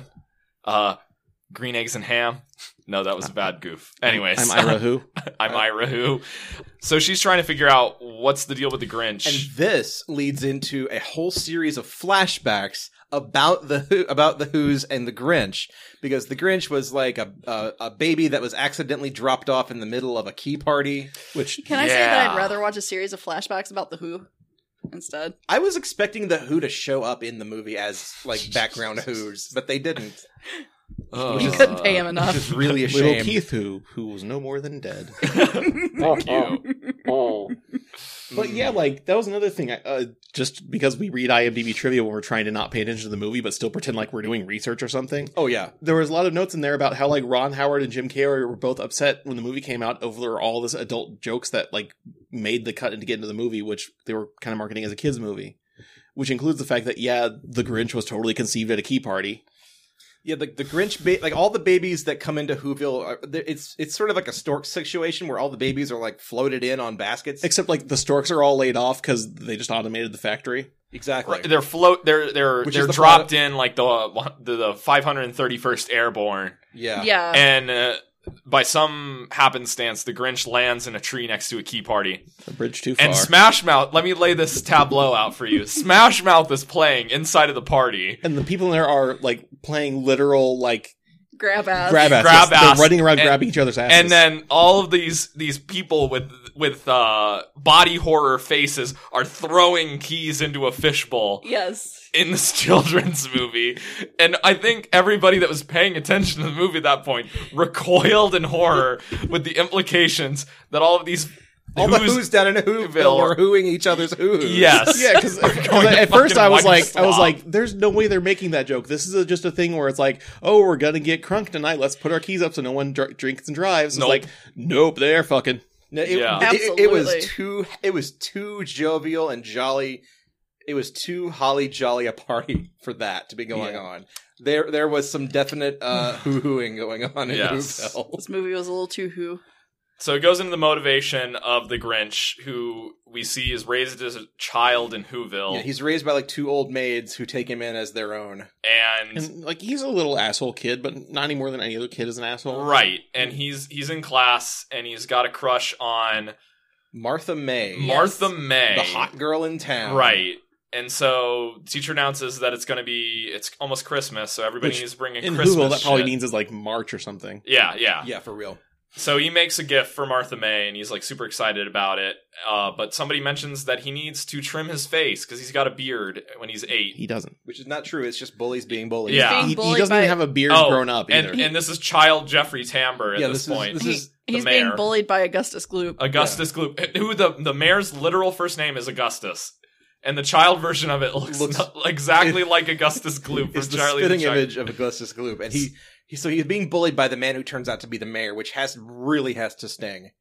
Speaker 4: uh, green eggs and ham. No, that was a bad goof. Anyways,
Speaker 6: I'm Ira Who.
Speaker 4: I'm Ira Who. So she's trying to figure out what's the deal with the Grinch.
Speaker 2: And this leads into a whole series of flashbacks about the Who, about the Who's and the Grinch, because the Grinch was like a, a a baby that was accidentally dropped off in the middle of a key party.
Speaker 6: Which
Speaker 3: Can I say that
Speaker 4: Yeah.
Speaker 3: I'd rather watch a series of flashbacks about the Who instead?
Speaker 2: I was expecting the Who to show up in the movie as like background Who's, but they didn't.
Speaker 4: Ugh.
Speaker 3: You couldn't pay him
Speaker 4: uh,
Speaker 3: enough.
Speaker 2: It's really a
Speaker 6: little
Speaker 2: shame.
Speaker 6: Keith Who who was no more than dead.
Speaker 4: Thank you.
Speaker 6: But yeah, like that was another thing. I- Uh, just because we read IMDb trivia when we're trying to not pay attention to the movie, but still pretend like we're doing research or something.
Speaker 2: Oh yeah,
Speaker 6: There was a lot of notes in there about how like Ron Howard and Jim Carrey were both upset when the movie came out over all this adult jokes that like made the cut into get into the movie, which they were kind of marketing as a kids movie, which includes the fact that yeah, the Grinch was totally conceived at a key party.
Speaker 2: Yeah, the the Grinch, ba- like all the babies that come into Whoville, are, they're- it's it's sort of like a stork situation where all the babies are like floated in on baskets.
Speaker 6: Except like the storks are all laid off because they just automated the factory.
Speaker 2: Exactly.
Speaker 4: They're float. They're they're
Speaker 2: Which is
Speaker 4: they're
Speaker 2: the
Speaker 4: dropped
Speaker 2: product-
Speaker 4: in like the uh, the, the 531st Airborne,
Speaker 2: Yeah.
Speaker 3: yeah.
Speaker 4: and uh, by some happenstance, the Grinch lands in a tree next to a key party.
Speaker 6: The bridge too far.
Speaker 4: And Smash Mouth, let me lay this tableau out for you. Smash Mouth is playing inside of the party.
Speaker 6: and the people in there are like playing literal like
Speaker 3: grab ass.
Speaker 6: grab ass.
Speaker 4: Grab
Speaker 6: They're
Speaker 4: ass.
Speaker 6: running around
Speaker 4: And-
Speaker 6: grabbing each other's asses.
Speaker 4: And then all of these these people with with uh, body horror faces are throwing keys into a fishbowl
Speaker 3: Yes.
Speaker 4: in this children's movie. And I think everybody that was paying attention to the movie at that point recoiled in horror with the implications that all of these
Speaker 2: All the
Speaker 4: who's-
Speaker 2: who's down in Whoville are hooing each other's whoos.
Speaker 4: Yes.
Speaker 6: yeah, because
Speaker 4: going to
Speaker 6: at first
Speaker 4: fucking
Speaker 6: I was
Speaker 4: wipe
Speaker 6: like, I was
Speaker 4: slop.
Speaker 6: like, there's no way they're making that joke. This is a, just a thing where it's like, oh, we're gonna get crunk tonight. Let's put our keys up so no one dr- drinks and drives.
Speaker 4: Nope.
Speaker 6: It's like, nope, they're fucking.
Speaker 2: No, it,
Speaker 4: Yeah.
Speaker 2: it- it- it was
Speaker 3: Absolutely.
Speaker 2: too. It was too jovial and jolly. It was too holly jolly a party for that to be going
Speaker 6: Yeah.
Speaker 2: on. There, there was some definite uh, hoo hooing going on in
Speaker 4: Yes.
Speaker 2: Whoville.
Speaker 3: This movie was a little too who.
Speaker 4: So it goes into the motivation of the Grinch, who we see is raised as a child in Whoville,
Speaker 2: Yeah, he's raised by like two old maids who take him in as their own.
Speaker 4: and,
Speaker 6: And like, he's a little asshole kid, but not any more than any other kid is an asshole.
Speaker 4: right, and he's he's in class, and he's got a crush on
Speaker 2: Martha May,
Speaker 4: Martha May,
Speaker 2: the hot girl in town.
Speaker 4: right. And so teacher announces that it's going to be it's almost Christmas, so everybody
Speaker 6: Which,
Speaker 4: needs to bring in,
Speaker 6: In
Speaker 4: Christmas.
Speaker 6: Google, that probably
Speaker 4: shit.
Speaker 6: means is like March or something.
Speaker 4: yeah, yeah,
Speaker 2: Yeah, for real.
Speaker 4: So he makes a gift for Martha May, and he's like super excited about it. Uh, but somebody mentions that he needs to trim his face because he's got a beard when he's eight.
Speaker 6: He doesn't.
Speaker 2: Which is not true. It's just bullies being bullies.
Speaker 4: Yeah.
Speaker 6: He,
Speaker 3: Being
Speaker 6: he
Speaker 3: bullied
Speaker 6: doesn't
Speaker 3: by-
Speaker 6: even have a beard
Speaker 2: Oh,
Speaker 6: grown up either.
Speaker 4: Oh, And, and this is child Jeffrey Tambor at
Speaker 2: Yeah,
Speaker 4: this,
Speaker 2: this is-
Speaker 4: point.
Speaker 2: this
Speaker 3: He-
Speaker 2: is
Speaker 4: the
Speaker 3: he's being
Speaker 4: mayor.
Speaker 3: bullied by Augustus Gloop.
Speaker 4: Augustus Gloop, who the the mayor's literal first name is Augustus, and the child version of it looks,
Speaker 2: Looks-
Speaker 4: no- exactly like Augustus Gloop
Speaker 2: It's the
Speaker 4: from Charlie
Speaker 2: spitting
Speaker 4: the Chocolate-
Speaker 2: image of Augustus Gloop, and he, he so he's being bullied by the man who turns out to be the mayor, which has really has to sting,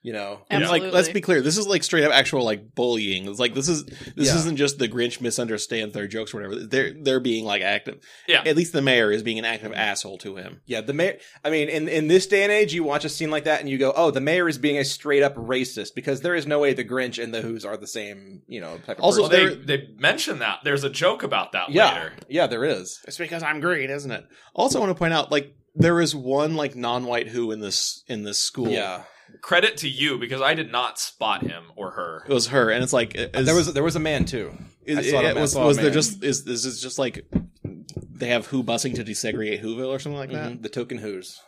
Speaker 2: you know.
Speaker 6: And
Speaker 3: Absolutely.
Speaker 6: like, let's be clear, this is like straight up actual like bullying. It's like this is this
Speaker 2: Yeah.
Speaker 6: isn't just the Grinch misunderstands their jokes or whatever. They're they're being like active.
Speaker 4: Yeah.
Speaker 6: At least the mayor is being an active asshole to him.
Speaker 2: Yeah, the mayor. I mean, in in this day and age, you watch a scene like that and you go, "Oh, the mayor is being a straight up racist," because there is no way the Grinch and the Who's are the same, you know, type of
Speaker 6: Also,
Speaker 4: Well,
Speaker 2: person.
Speaker 4: they
Speaker 6: there-
Speaker 4: they mention that there's a joke about that
Speaker 2: yeah,
Speaker 4: later.
Speaker 2: yeah, there is.
Speaker 6: It's because I'm green, isn't it? Also, I want to point out like there is one like non-white who in this in this school.
Speaker 2: Yeah,
Speaker 4: Credit to you because I did not spot him or her.
Speaker 6: It was her, and it's like is,
Speaker 2: there was there was a man too.
Speaker 6: is,
Speaker 2: I saw
Speaker 6: it
Speaker 2: a man-
Speaker 6: was,
Speaker 2: saw a
Speaker 6: was there
Speaker 2: man.
Speaker 6: just is this is just like they have who busing to desegregate Whoville or something like that.
Speaker 2: Mhm, the token Who's?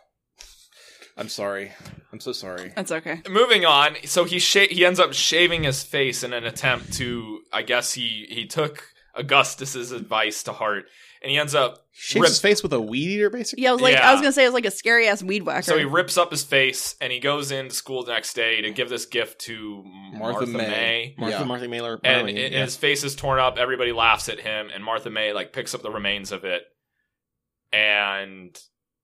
Speaker 2: I'm sorry. I'm so sorry.
Speaker 3: That's okay.
Speaker 4: Moving on, so he sha- he ends up shaving his face in an attempt to, I guess he he took Augustus's advice to heart, and he ends up
Speaker 6: Shaves
Speaker 4: rip-
Speaker 6: his face with a weed eater, basically.
Speaker 3: Yeah, I was like,
Speaker 4: Yeah.
Speaker 3: I was gonna say it was like a scary ass weed whacker.
Speaker 4: So he rips up his face and he goes into school the next day to give this gift to
Speaker 2: Martha
Speaker 4: Martha, May.
Speaker 2: May.
Speaker 6: Martha
Speaker 2: Yeah.
Speaker 6: Marthy Mailer.
Speaker 4: And
Speaker 6: Browning,
Speaker 4: it-
Speaker 6: yeah.
Speaker 4: his face is torn up. Everybody laughs at him, and Martha May like picks up the remains of it, and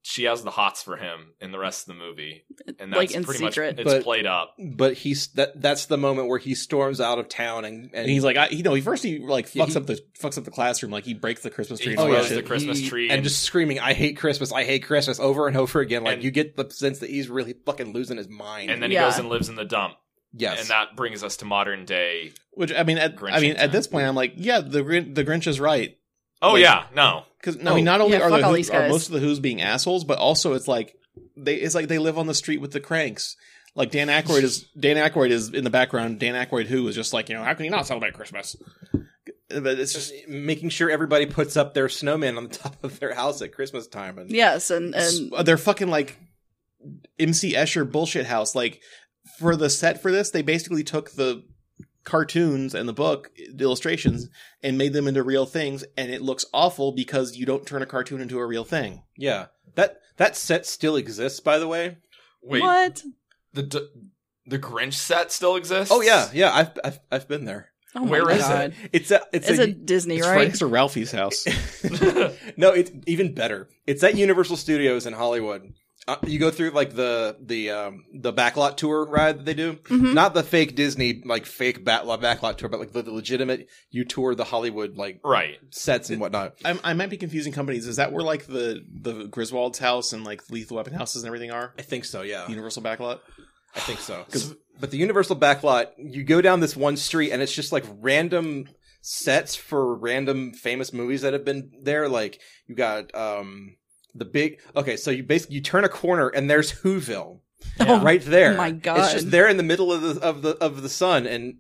Speaker 4: she has the hots for him in the rest of the movie. And that's
Speaker 3: Like, in
Speaker 4: pretty
Speaker 3: secret.
Speaker 4: much it's
Speaker 2: But-
Speaker 4: played up.
Speaker 2: But he's that. That's the moment where he storms out of town and
Speaker 6: And he's like, I, you know, he first he like fucks
Speaker 2: Yeah, he-
Speaker 6: up the fucks up the classroom, like he breaks the Christmas
Speaker 4: He
Speaker 6: tree. and all
Speaker 4: throws
Speaker 6: that
Speaker 4: Oh, the
Speaker 6: shit.
Speaker 4: Christmas tree
Speaker 2: and
Speaker 4: and-
Speaker 2: just screaming, "I hate Christmas! I hate Christmas!" over and over again. Like
Speaker 4: And-
Speaker 2: you get the sense that he's really fucking losing his mind.
Speaker 4: And then
Speaker 3: Yeah.
Speaker 4: he goes and lives in the dump.
Speaker 2: yes,
Speaker 4: And that brings us to modern day.
Speaker 6: Which I mean, at, I
Speaker 4: Grinch
Speaker 6: mean,
Speaker 4: time.
Speaker 6: at this point, I'm like, yeah, the Grin- the Grinch is right
Speaker 4: Oh
Speaker 6: Like-
Speaker 4: yeah, no.
Speaker 6: because I mean, not only
Speaker 3: Yeah,
Speaker 6: are,
Speaker 3: fuck
Speaker 6: the
Speaker 3: all
Speaker 6: Who-
Speaker 3: these
Speaker 6: are
Speaker 3: guys.
Speaker 6: most of the Who's being assholes, but also it's like they it's like they live on the street with the cranks. Like Dan Aykroyd is Dan Aykroyd is in the background. Dan Aykroyd who is just like you know how can you not celebrate Christmas? But it's just
Speaker 2: making sure everybody puts up their snowman on the top of their house at Christmas time. And
Speaker 3: yes, and and
Speaker 6: s- uh, they're fucking like MC Escher bullshit house. Like for the set for this, they basically took the cartoons and the book the illustrations and made them into real things, and it looks awful because you don't turn a cartoon into a real thing.
Speaker 2: yeah, that that set still exists, by the way.
Speaker 4: Wait,
Speaker 3: what?
Speaker 4: the d- the Grinch set still exists?
Speaker 2: Oh yeah, yeah, I've I've, I've been there.
Speaker 3: Oh my
Speaker 4: Where is
Speaker 3: God.
Speaker 2: It's a it's,
Speaker 3: It's,
Speaker 2: a,
Speaker 3: a, Disney,
Speaker 6: It's
Speaker 3: right?
Speaker 6: Frank's or Ralphie's house.
Speaker 2: no, it's even better. It's at Universal Studios in Hollywood. uh, you go through like the the um, the backlot tour ride that they do,
Speaker 3: Mhm.
Speaker 2: not the fake Disney like fake backlot backlot tour, but like the, the legitimate you tour the Hollywood like
Speaker 4: Right.
Speaker 2: sets and whatnot.
Speaker 6: I'm, I might be confusing companies. Is that where like the the Griswold's house and like Lethal Weapon houses and everything are?
Speaker 2: I think so, yeah,
Speaker 6: Universal backlot.
Speaker 2: I think so. But the Universal backlot, you go down this one street and it's just like random sets for random famous movies that have been there. Like you got um the big okay, so you basically you turn a corner and there's Whoville.
Speaker 3: Oh
Speaker 2: right there.
Speaker 3: my
Speaker 2: It's
Speaker 3: God.
Speaker 2: just there in the middle of the of the of the sun and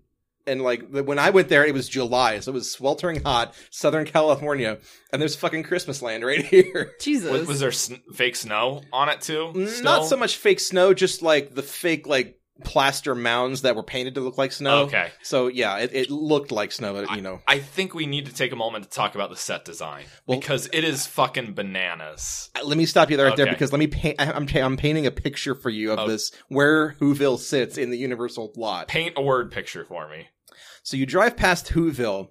Speaker 2: and like the- when I went there, it was July, so it was sweltering hot, Southern California, and there's fucking Christmas land right here.
Speaker 3: Jesus.
Speaker 4: Was, was there sn- fake snow on it too?
Speaker 2: Not
Speaker 4: still?
Speaker 2: so much fake snow, just like the fake like plaster mounds that were painted to look like snow.
Speaker 4: Okay.
Speaker 2: So yeah, it, it looked like snow, but you know,
Speaker 4: I think we need to take a moment to talk about the set design
Speaker 2: Well-
Speaker 4: because it is fucking bananas.
Speaker 2: let me stop you there, right there
Speaker 4: Okay.
Speaker 2: because let me paint. I- I'm, I'm painting a picture for you of
Speaker 4: Oh.
Speaker 2: this where Whoville sits in the Universal lot.
Speaker 4: Paint a word picture for me.
Speaker 2: So you drive past Whoville,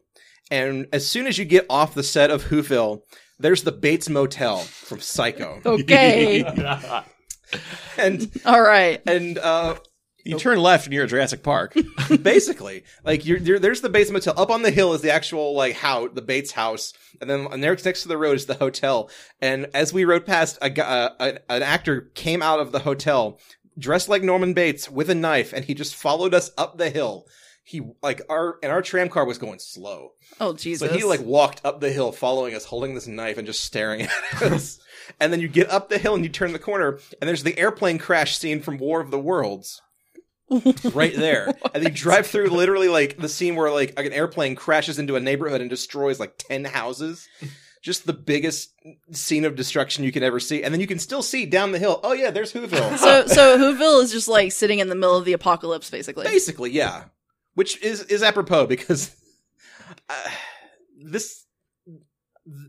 Speaker 2: and as soon as you get off the set of Whoville, there's the Bates Motel from Psycho,
Speaker 3: Oh. okay.
Speaker 2: and
Speaker 3: All right.
Speaker 2: and uh,
Speaker 6: You turn left and you're at Jurassic Park.
Speaker 2: basically, like you're, you're there's the Bates Motel. Up on the hill is the actual like how the Bates house, and then and there next to the road is the hotel. And as we rode past, a, gu- uh, an, an actor came out of the hotel dressed like Norman Bates with a knife, and he just followed us up the hill. He like our and our tram car was going slow.
Speaker 3: Oh Jesus.
Speaker 2: So he like walked up the hill, following us, holding this knife and just staring at us. and then you get up the hill and you turn the corner, and there's the airplane crash scene from War of the Worlds. right there, and you drive through literally like the scene where like an airplane crashes into a neighborhood and destroys like ten houses. Just the biggest scene of destruction you can ever see, and then you can still see down the hill. Oh yeah, there's Whoville.
Speaker 3: so so Whoville is just like sitting in the middle of the apocalypse, basically.
Speaker 2: Basically, yeah. Which is is apropos because uh, this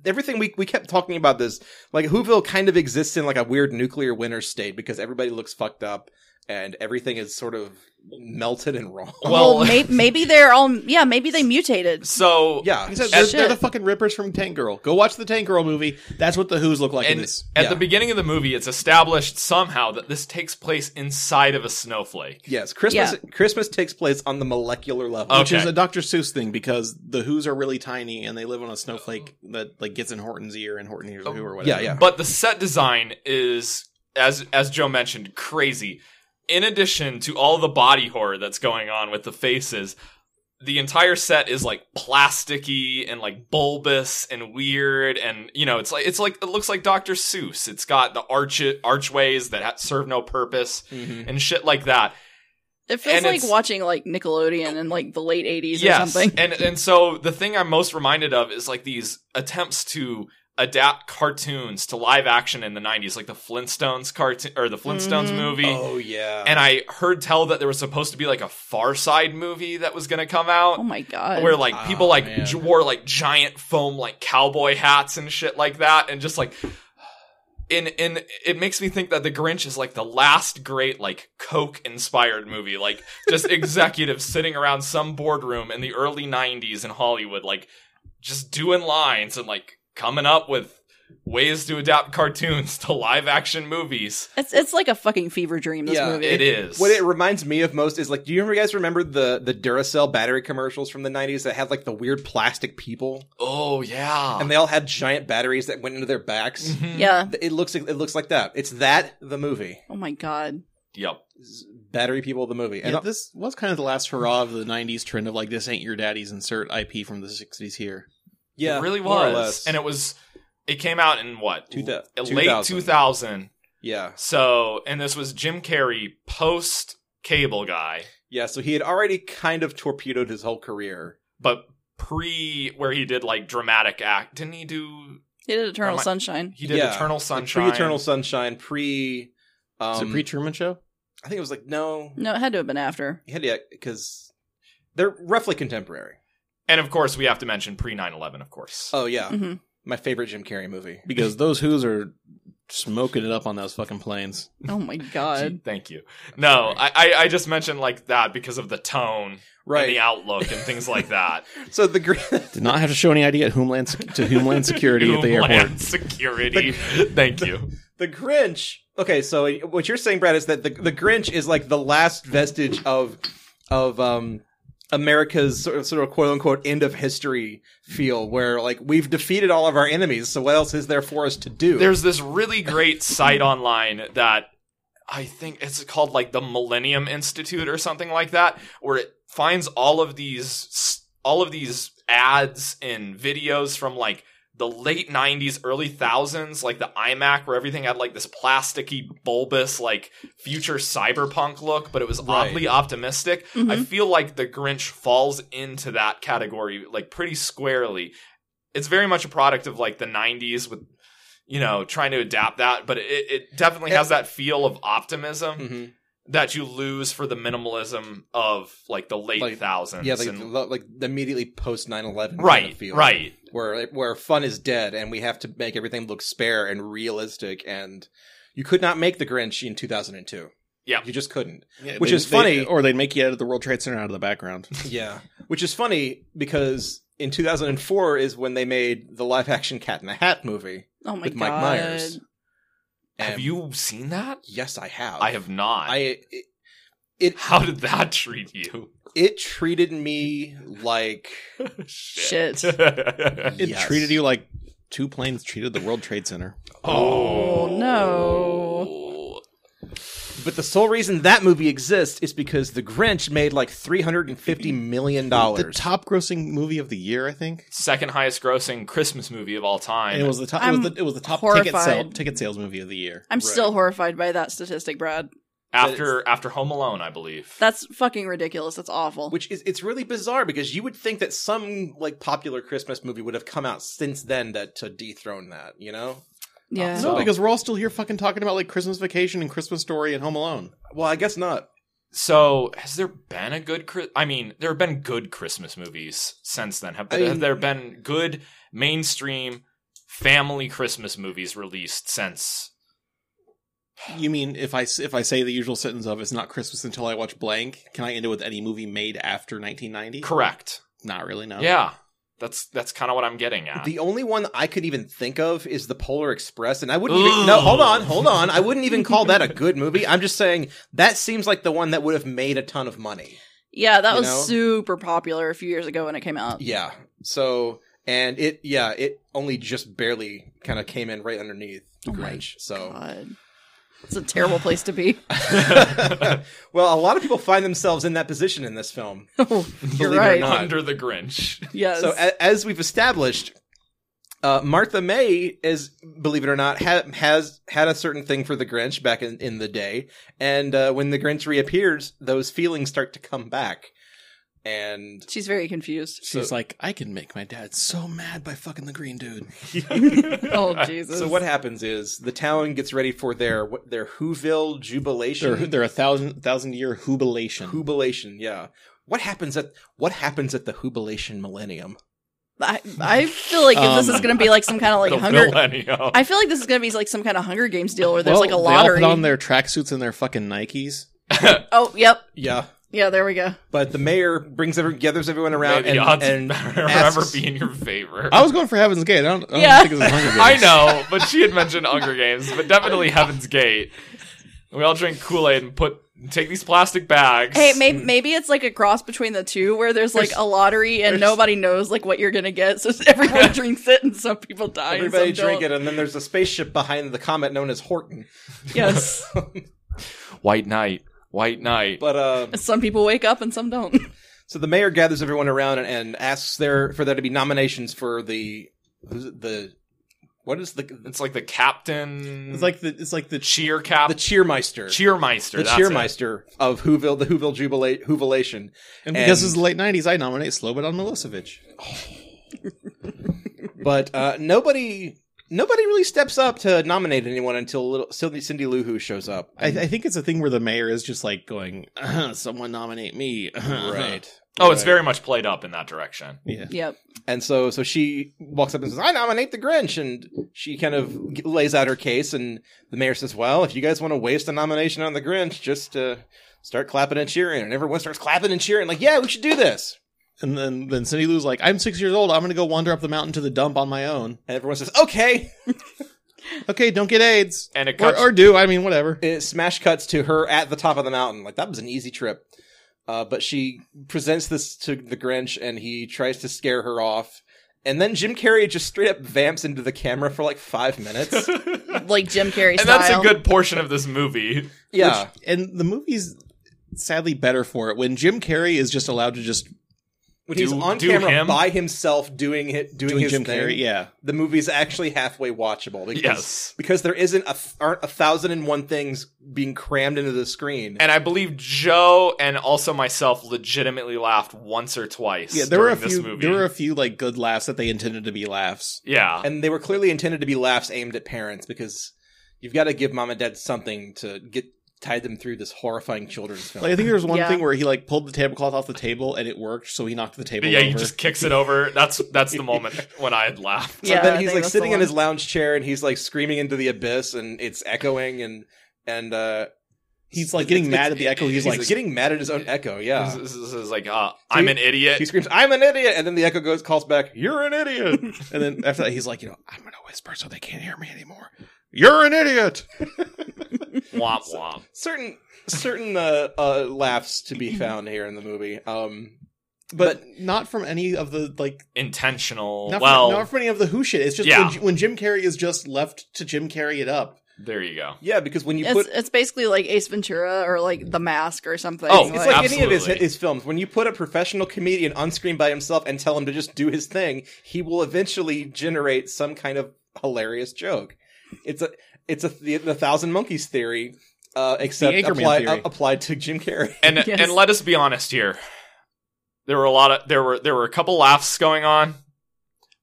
Speaker 2: everything we we kept talking about this like Whoville kind of exists in like a weird nuclear winter state because everybody looks fucked up and everything is sort of melted and wrong.
Speaker 3: Well,
Speaker 4: Well-
Speaker 3: may- maybe they're all. Yeah, maybe they mutated.
Speaker 4: So
Speaker 2: yeah.
Speaker 6: He said, they're,
Speaker 3: Shit.
Speaker 6: they're the fucking rippers from Tank Girl. Go watch the Tank Girl movie. That's what the Who's look like in
Speaker 4: And
Speaker 6: this.
Speaker 4: at
Speaker 2: yeah.
Speaker 4: the beginning of the movie, it's established somehow that this takes place inside of a snowflake.
Speaker 2: Yes, Christmas Christmas takes place on the molecular level.
Speaker 4: Okay.
Speaker 6: Which is a Dr. Seuss thing because the Who's are really tiny and they live on a snowflake that like gets in Horton's ear and Horton hears a Who or whatever.
Speaker 2: yeah, yeah.
Speaker 4: But the set design is, as as Joe mentioned, crazy. In addition to all the body horror that's going on with the faces, the entire set is like plasticky and like bulbous and weird, and you know, it's like it's like it looks like Dr. Seuss. It's got the arch archways that ha- serve no purpose
Speaker 2: Mhm.
Speaker 4: and shit like that.
Speaker 3: It feels
Speaker 4: And
Speaker 3: like
Speaker 4: it's-
Speaker 3: watching like Nickelodeon in like the late '80s or something.
Speaker 4: And and so the thing I'm most reminded of is like these attempts to adapt cartoons to live action in the 90s like the Flintstones cartoon or the Flintstones
Speaker 3: Mhm.
Speaker 4: movie.
Speaker 2: Oh yeah.
Speaker 4: And I heard tell that there was supposed to be like a Far Side movie that was going to come
Speaker 3: Oh
Speaker 4: out
Speaker 3: my god.
Speaker 4: where like people
Speaker 2: Oh,
Speaker 4: like
Speaker 2: man.
Speaker 4: j- wore like giant foam like cowboy hats and shit like that and just like in in it makes me think that the Grinch is like the last great like Coke inspired movie, like just executives sitting around some boardroom in the early '90s in Hollywood, like just doing lines and like coming up with ways to adapt cartoons to live action movies.
Speaker 3: it's it's like a fucking fever dream. This
Speaker 2: Yeah,
Speaker 3: movie.
Speaker 4: It is
Speaker 2: What it reminds me of most is like, do you remember- you guys remember the the Duracell battery commercials from the '90s that had like the weird plastic people?
Speaker 4: Oh yeah,
Speaker 2: and they all had giant batteries that went into their backs.
Speaker 4: Mhm.
Speaker 3: Yeah.
Speaker 2: It looks it looks like that. It's that the movie
Speaker 3: Oh my god.
Speaker 4: Yep.
Speaker 2: battery people the movie. And
Speaker 6: Yeah, this was kind of the last hurrah of the 90s trend of like, this ain't your daddy's insert IP from the 60s here.
Speaker 2: yeah,
Speaker 4: it really
Speaker 2: more or
Speaker 4: was,
Speaker 2: less.
Speaker 4: and it was. It came out in what?
Speaker 2: Two thou-
Speaker 4: late
Speaker 2: 2000.
Speaker 4: 2000.
Speaker 2: yeah,
Speaker 4: So, and this was Jim Carrey post Cable Guy,
Speaker 2: yeah. So he had already kind of torpedoed his whole career.
Speaker 4: but pre where he did like dramatic act. Didn't he do?
Speaker 3: He did Eternal
Speaker 2: Oh
Speaker 4: Am I-
Speaker 3: Sunshine.
Speaker 4: He did
Speaker 2: Yeah,
Speaker 4: Eternal Sunshine.
Speaker 2: Pre Eternal Sunshine, pre. Um,
Speaker 6: Is it pre Truman Show?
Speaker 2: I think it was like no,
Speaker 4: Mm.
Speaker 3: No, it had to have been after.
Speaker 2: he had to because they're roughly contemporary.
Speaker 4: and of course, we have to mention pre 9/11. Of course.
Speaker 2: Oh yeah,
Speaker 4: Mm-hmm.
Speaker 3: Mhm.
Speaker 2: my favorite Jim Carrey movie.
Speaker 6: Because those Who's are smoking it up on those fucking planes.
Speaker 3: Oh my god.
Speaker 4: Thank you. No, I, I I just mentioned like that because of the tone and the
Speaker 2: Right.
Speaker 4: outlook and things like that.
Speaker 2: So the gr-
Speaker 6: Did not have to show any ID at Homeland Sec- to Homeland Security at the airport.
Speaker 4: Homeland Security. Thank you.
Speaker 2: the Grinch Okay, so what you're saying, Brad, is that the the Grinch is like the last vestige of of um America's sort of, sort of quote unquote end of history feel, where like we've defeated all of our enemies, so what else is there for us to do?
Speaker 4: There's this really great site online that I think it's called like the Millennium Institute or something like that, where it finds all of these all of these ads and videos from like the late 90s early thousands like the imac where everything had like this plasticky bulbous like future cyberpunk look but it was
Speaker 2: Right.
Speaker 4: oddly optimistic i feel like the grinch falls into that category like pretty squarely it's very much a product of like the 90s with you know trying to adapt that but it, it definitely has that feel of optimism
Speaker 2: Mhm.
Speaker 4: that you lose for the minimalism of like the late
Speaker 2: Like-
Speaker 4: thousands
Speaker 2: yeah, like,
Speaker 4: and-
Speaker 2: lo- like immediately post 9-11 kind
Speaker 4: right
Speaker 2: of feel.
Speaker 4: right
Speaker 2: where where fun is dead and we have to make everything look spare and realistic and you could not make the Grinch in 2002.
Speaker 4: Yeah.
Speaker 2: You just couldn't.
Speaker 6: Yeah,
Speaker 2: Which
Speaker 6: they-
Speaker 2: is
Speaker 6: they-
Speaker 2: funny.
Speaker 6: or they'd make you out of the World Trade Center out of the background.
Speaker 2: Yeah. Which is funny because in 2004 is when they made the live action Cat in the Hat movie
Speaker 3: Oh my
Speaker 2: with
Speaker 3: god.
Speaker 2: Mike Myers.
Speaker 4: Have
Speaker 2: And-
Speaker 4: you seen that?
Speaker 2: Yes, I have.
Speaker 4: I have not.
Speaker 2: I it, it
Speaker 4: How did that treat you?
Speaker 2: it treated me like
Speaker 3: Shit.
Speaker 6: It
Speaker 2: Yes.
Speaker 6: treated you like two planes treated the World Trade Center.
Speaker 3: Oh, no.
Speaker 2: but the sole reason that movie exists is because The Grinch made like 350 million
Speaker 6: The
Speaker 2: dollars.
Speaker 6: top grossing movie of the year, I think.
Speaker 4: Second highest grossing Christmas movie of all time.
Speaker 6: And it was the top. It was
Speaker 3: I'm
Speaker 6: the, it was the top ticket
Speaker 3: horrified.
Speaker 6: sale, ticket sales movie of the year.
Speaker 3: I'm still horrified by that statistic, Brad.
Speaker 4: after after Home Alone, I believe.
Speaker 3: That's fucking ridiculous. That's awful.
Speaker 2: which is it's really bizarre because you would think that some like popular Christmas movie would have come out since then to, to dethrone that, you know?
Speaker 3: yeah.
Speaker 2: So-
Speaker 6: No, because we're all still here fucking talking about like Christmas Vacation and Christmas Story and Home Alone.
Speaker 2: Well, I guess not.
Speaker 4: so, has there been a good? Chri- I mean, there have been good Christmas movies since then. Have,
Speaker 2: I mean-
Speaker 4: have there been good mainstream family Christmas movies released since?
Speaker 6: You mean if I s- if I say the usual sentence of "It's not Christmas until I watch blank"? Can I end it with any movie made after 1990?
Speaker 4: Correct.
Speaker 6: Not really. No.
Speaker 4: Yeah, that's that's kind of what I'm getting at.
Speaker 2: The only one I could even think of is the Polar Express, and I wouldn't
Speaker 4: Ooh.
Speaker 2: even no. Hold on, hold on. I wouldn't even call that a good movie. I'm just saying that seems like the one that would have made a ton of money.
Speaker 3: yeah, that
Speaker 2: you
Speaker 3: was
Speaker 2: know?
Speaker 3: super popular a few years ago when it came out.
Speaker 2: Yeah. So and it yeah it only just barely kind of came in right underneath the
Speaker 3: Oh my
Speaker 2: Grinch. So
Speaker 3: God. It's a terrible place to be.
Speaker 2: well, a lot of people find themselves in that position in this film.
Speaker 3: You're
Speaker 2: it or
Speaker 3: right.
Speaker 2: not.
Speaker 4: Under the Grinch.
Speaker 3: Yes.
Speaker 2: So eh, a- as we've established, uh, Martha May is, believe it or not, ha- has had a certain thing for the Grinch back in, in the day, and uh, when the Grinch reappears, those feelings start to come back, and
Speaker 3: She's very confused.
Speaker 6: She's like, I can make my dad so mad by fucking the green dude.
Speaker 3: Oh Jesus.
Speaker 2: so what happens is the town gets ready for their what- their Whoville
Speaker 6: They're
Speaker 2: jubilation,
Speaker 6: they're a thousand thousand year jubilation.
Speaker 2: jubilation, yeah. What happens at what happens at the jubilation millennium?
Speaker 3: I, I feel like if this
Speaker 6: Um,
Speaker 3: is going to be like some kind of like
Speaker 4: the
Speaker 3: hunger.
Speaker 4: millennium.
Speaker 3: I feel like this is going to be like some kind of Hunger Games deal where there's
Speaker 6: Well,
Speaker 3: like a
Speaker 6: They all
Speaker 3: lottery.
Speaker 6: put on their tracksuits and their fucking Nikes.
Speaker 3: oh, yep.
Speaker 2: Yeah,
Speaker 3: Yeah, there we go.
Speaker 2: but the mayor brings every, gathers everyone
Speaker 4: May
Speaker 2: around
Speaker 4: the
Speaker 2: and,
Speaker 4: odds
Speaker 2: and
Speaker 4: never
Speaker 2: asks-
Speaker 4: ever be in your favor.
Speaker 6: I was going for Heaven's Gate. I don't, I don't
Speaker 3: Yeah.
Speaker 6: think this is Hunger Games.
Speaker 4: Oh, I know, but she had mentioned Hunger Games, but definitely Heaven's Gate. We all drink Kool Aid and put take these plastic bags.
Speaker 3: Hey, maybe
Speaker 2: Mm.
Speaker 3: maybe it's like a cross between the two where there's like a lottery and nobody knows like what you're going to get, so everyone drinks it and some people die.
Speaker 2: Everybody
Speaker 3: and some
Speaker 2: drink it, and then there's a spaceship behind the comet known as Horton.
Speaker 3: it. Yes.
Speaker 4: White Knight, White Knight.
Speaker 2: But uh,
Speaker 3: some people wake up and some don't.
Speaker 2: so the mayor gathers everyone around and, and asks there for there to be nominations for the who's it, the what is the
Speaker 4: It's like the captain.
Speaker 6: It's like the it's like the
Speaker 4: cheer cap,
Speaker 2: the cheermeister,
Speaker 4: cheermeister.
Speaker 2: the
Speaker 4: that's it.
Speaker 2: cheermeister of Whoville, the Whoville Jubilate, Whovilation.
Speaker 6: and because
Speaker 2: and-
Speaker 6: it's the late nineties, I nominate Slobodan Milosevic.
Speaker 2: But uh, nobody nobody really steps up to nominate anyone until little Cindy, Cindy Lou Who shows up.
Speaker 6: I, I think it's a thing where the mayor is just like going, uh "Someone nominate me." uh-huh."
Speaker 4: Oh, it's very much played up in that direction.
Speaker 6: Yeah.
Speaker 3: Yep.
Speaker 2: And so, so she walks up and says, "I nominate the Grinch," and she kind of g- lays out her case. And the mayor says, "Well, if you guys want to waste a nomination on the Grinch, just uh, start clapping and cheering." And everyone starts clapping and cheering, like, "Yeah, we should do this."
Speaker 6: And then then Cindy Lou's like, "I'm six years old. I'm going to go wander up the mountain to the dump on my own."
Speaker 2: And everyone says, "Okay."
Speaker 6: Okay, don't get AIDS.
Speaker 4: And it
Speaker 6: Or,
Speaker 4: cuts.
Speaker 6: or do. I mean, whatever.
Speaker 2: it smash cuts to her at the top of the mountain. Like that was an easy trip. Uh, but she presents this to the Grinch, and he tries to scare her off. And then Jim Carrey just straight up vamps into the camera for like five minutes.
Speaker 3: like Jim Carrey
Speaker 4: and
Speaker 3: style.
Speaker 4: that's a good portion of this movie.
Speaker 2: yeah,
Speaker 6: Which- and the movie's sadly better for it when Jim Carrey is just allowed to just
Speaker 2: when
Speaker 4: Do-
Speaker 2: he's on
Speaker 4: do
Speaker 2: camera
Speaker 4: him?
Speaker 2: by himself doing it, doing,
Speaker 6: doing
Speaker 2: his
Speaker 6: Jim
Speaker 2: thing.
Speaker 6: Carrey. Yeah.
Speaker 2: the movie's actually halfway watchable. Because,
Speaker 4: Yes.
Speaker 2: because there isn't a aren't a thousand and one things being crammed into the screen.
Speaker 4: And I believe Joe and also myself legitimately laughed once or twice.
Speaker 6: Yeah, there were a
Speaker 4: during this
Speaker 6: few
Speaker 4: movie.
Speaker 6: there were a few like good laughs that they intended to be laughs.
Speaker 4: yeah,
Speaker 2: and they were clearly intended to be laughs aimed at parents because you've got to give mom and dad something to get tide them through this horrifying children's film.
Speaker 6: Like I think there was one
Speaker 3: Yeah.
Speaker 6: thing where he like pulled the tablecloth off the table and it worked, so he knocked the table
Speaker 4: But yeah,
Speaker 6: over.
Speaker 4: he just kicks it over. That's that's the moment when I had laughed.
Speaker 2: so
Speaker 3: Yeah, I
Speaker 2: then he's
Speaker 3: think
Speaker 2: like
Speaker 3: that's
Speaker 2: sitting
Speaker 3: the
Speaker 2: in
Speaker 3: one.
Speaker 2: his lounge chair and he's like screaming into the abyss and it's echoing and and uh
Speaker 6: He's like getting
Speaker 2: it's-
Speaker 6: mad at the echo. He's,
Speaker 2: he's
Speaker 6: like,
Speaker 2: like getting mad at his own echo.
Speaker 4: This,
Speaker 2: Yeah,
Speaker 4: this- this is like, uh, I'm an idiot.
Speaker 2: he screams, "I'm an idiot!" and then the echo goes calls back, "You're an idiot."
Speaker 6: and then after that, he's like, you know, I'm gonna whisper so they can't hear me anymore. You're an idiot.
Speaker 4: womp womp.
Speaker 2: certain certain uh, uh laughs to be found here in the movie. Um,
Speaker 6: But, not from any of the like,
Speaker 4: Intentional.
Speaker 6: not,
Speaker 4: well,
Speaker 6: from, not from any of the who shit. It's just
Speaker 4: Yeah.
Speaker 6: when, when Jim Carrey is just left to Jim Carrey it up.
Speaker 4: there you go.
Speaker 2: yeah, because when you
Speaker 3: It's,
Speaker 2: put
Speaker 3: it's basically like Ace Ventura or like The Mask or something.
Speaker 4: Oh,
Speaker 2: It's like any of his,
Speaker 4: Absolutely.
Speaker 2: his films. When you put a professional comedian on screen by himself and tell him to just do his thing, he will eventually generate some kind of hilarious joke. It's a it's a the, the Thousand Monkeys theory, uh, except
Speaker 6: Anchorman
Speaker 2: apply,
Speaker 6: theory.
Speaker 2: uh, applied to Jim Carrey.
Speaker 4: And
Speaker 3: Yes.
Speaker 4: and let us be honest here. There were a lot of there were there were a couple laughs going on,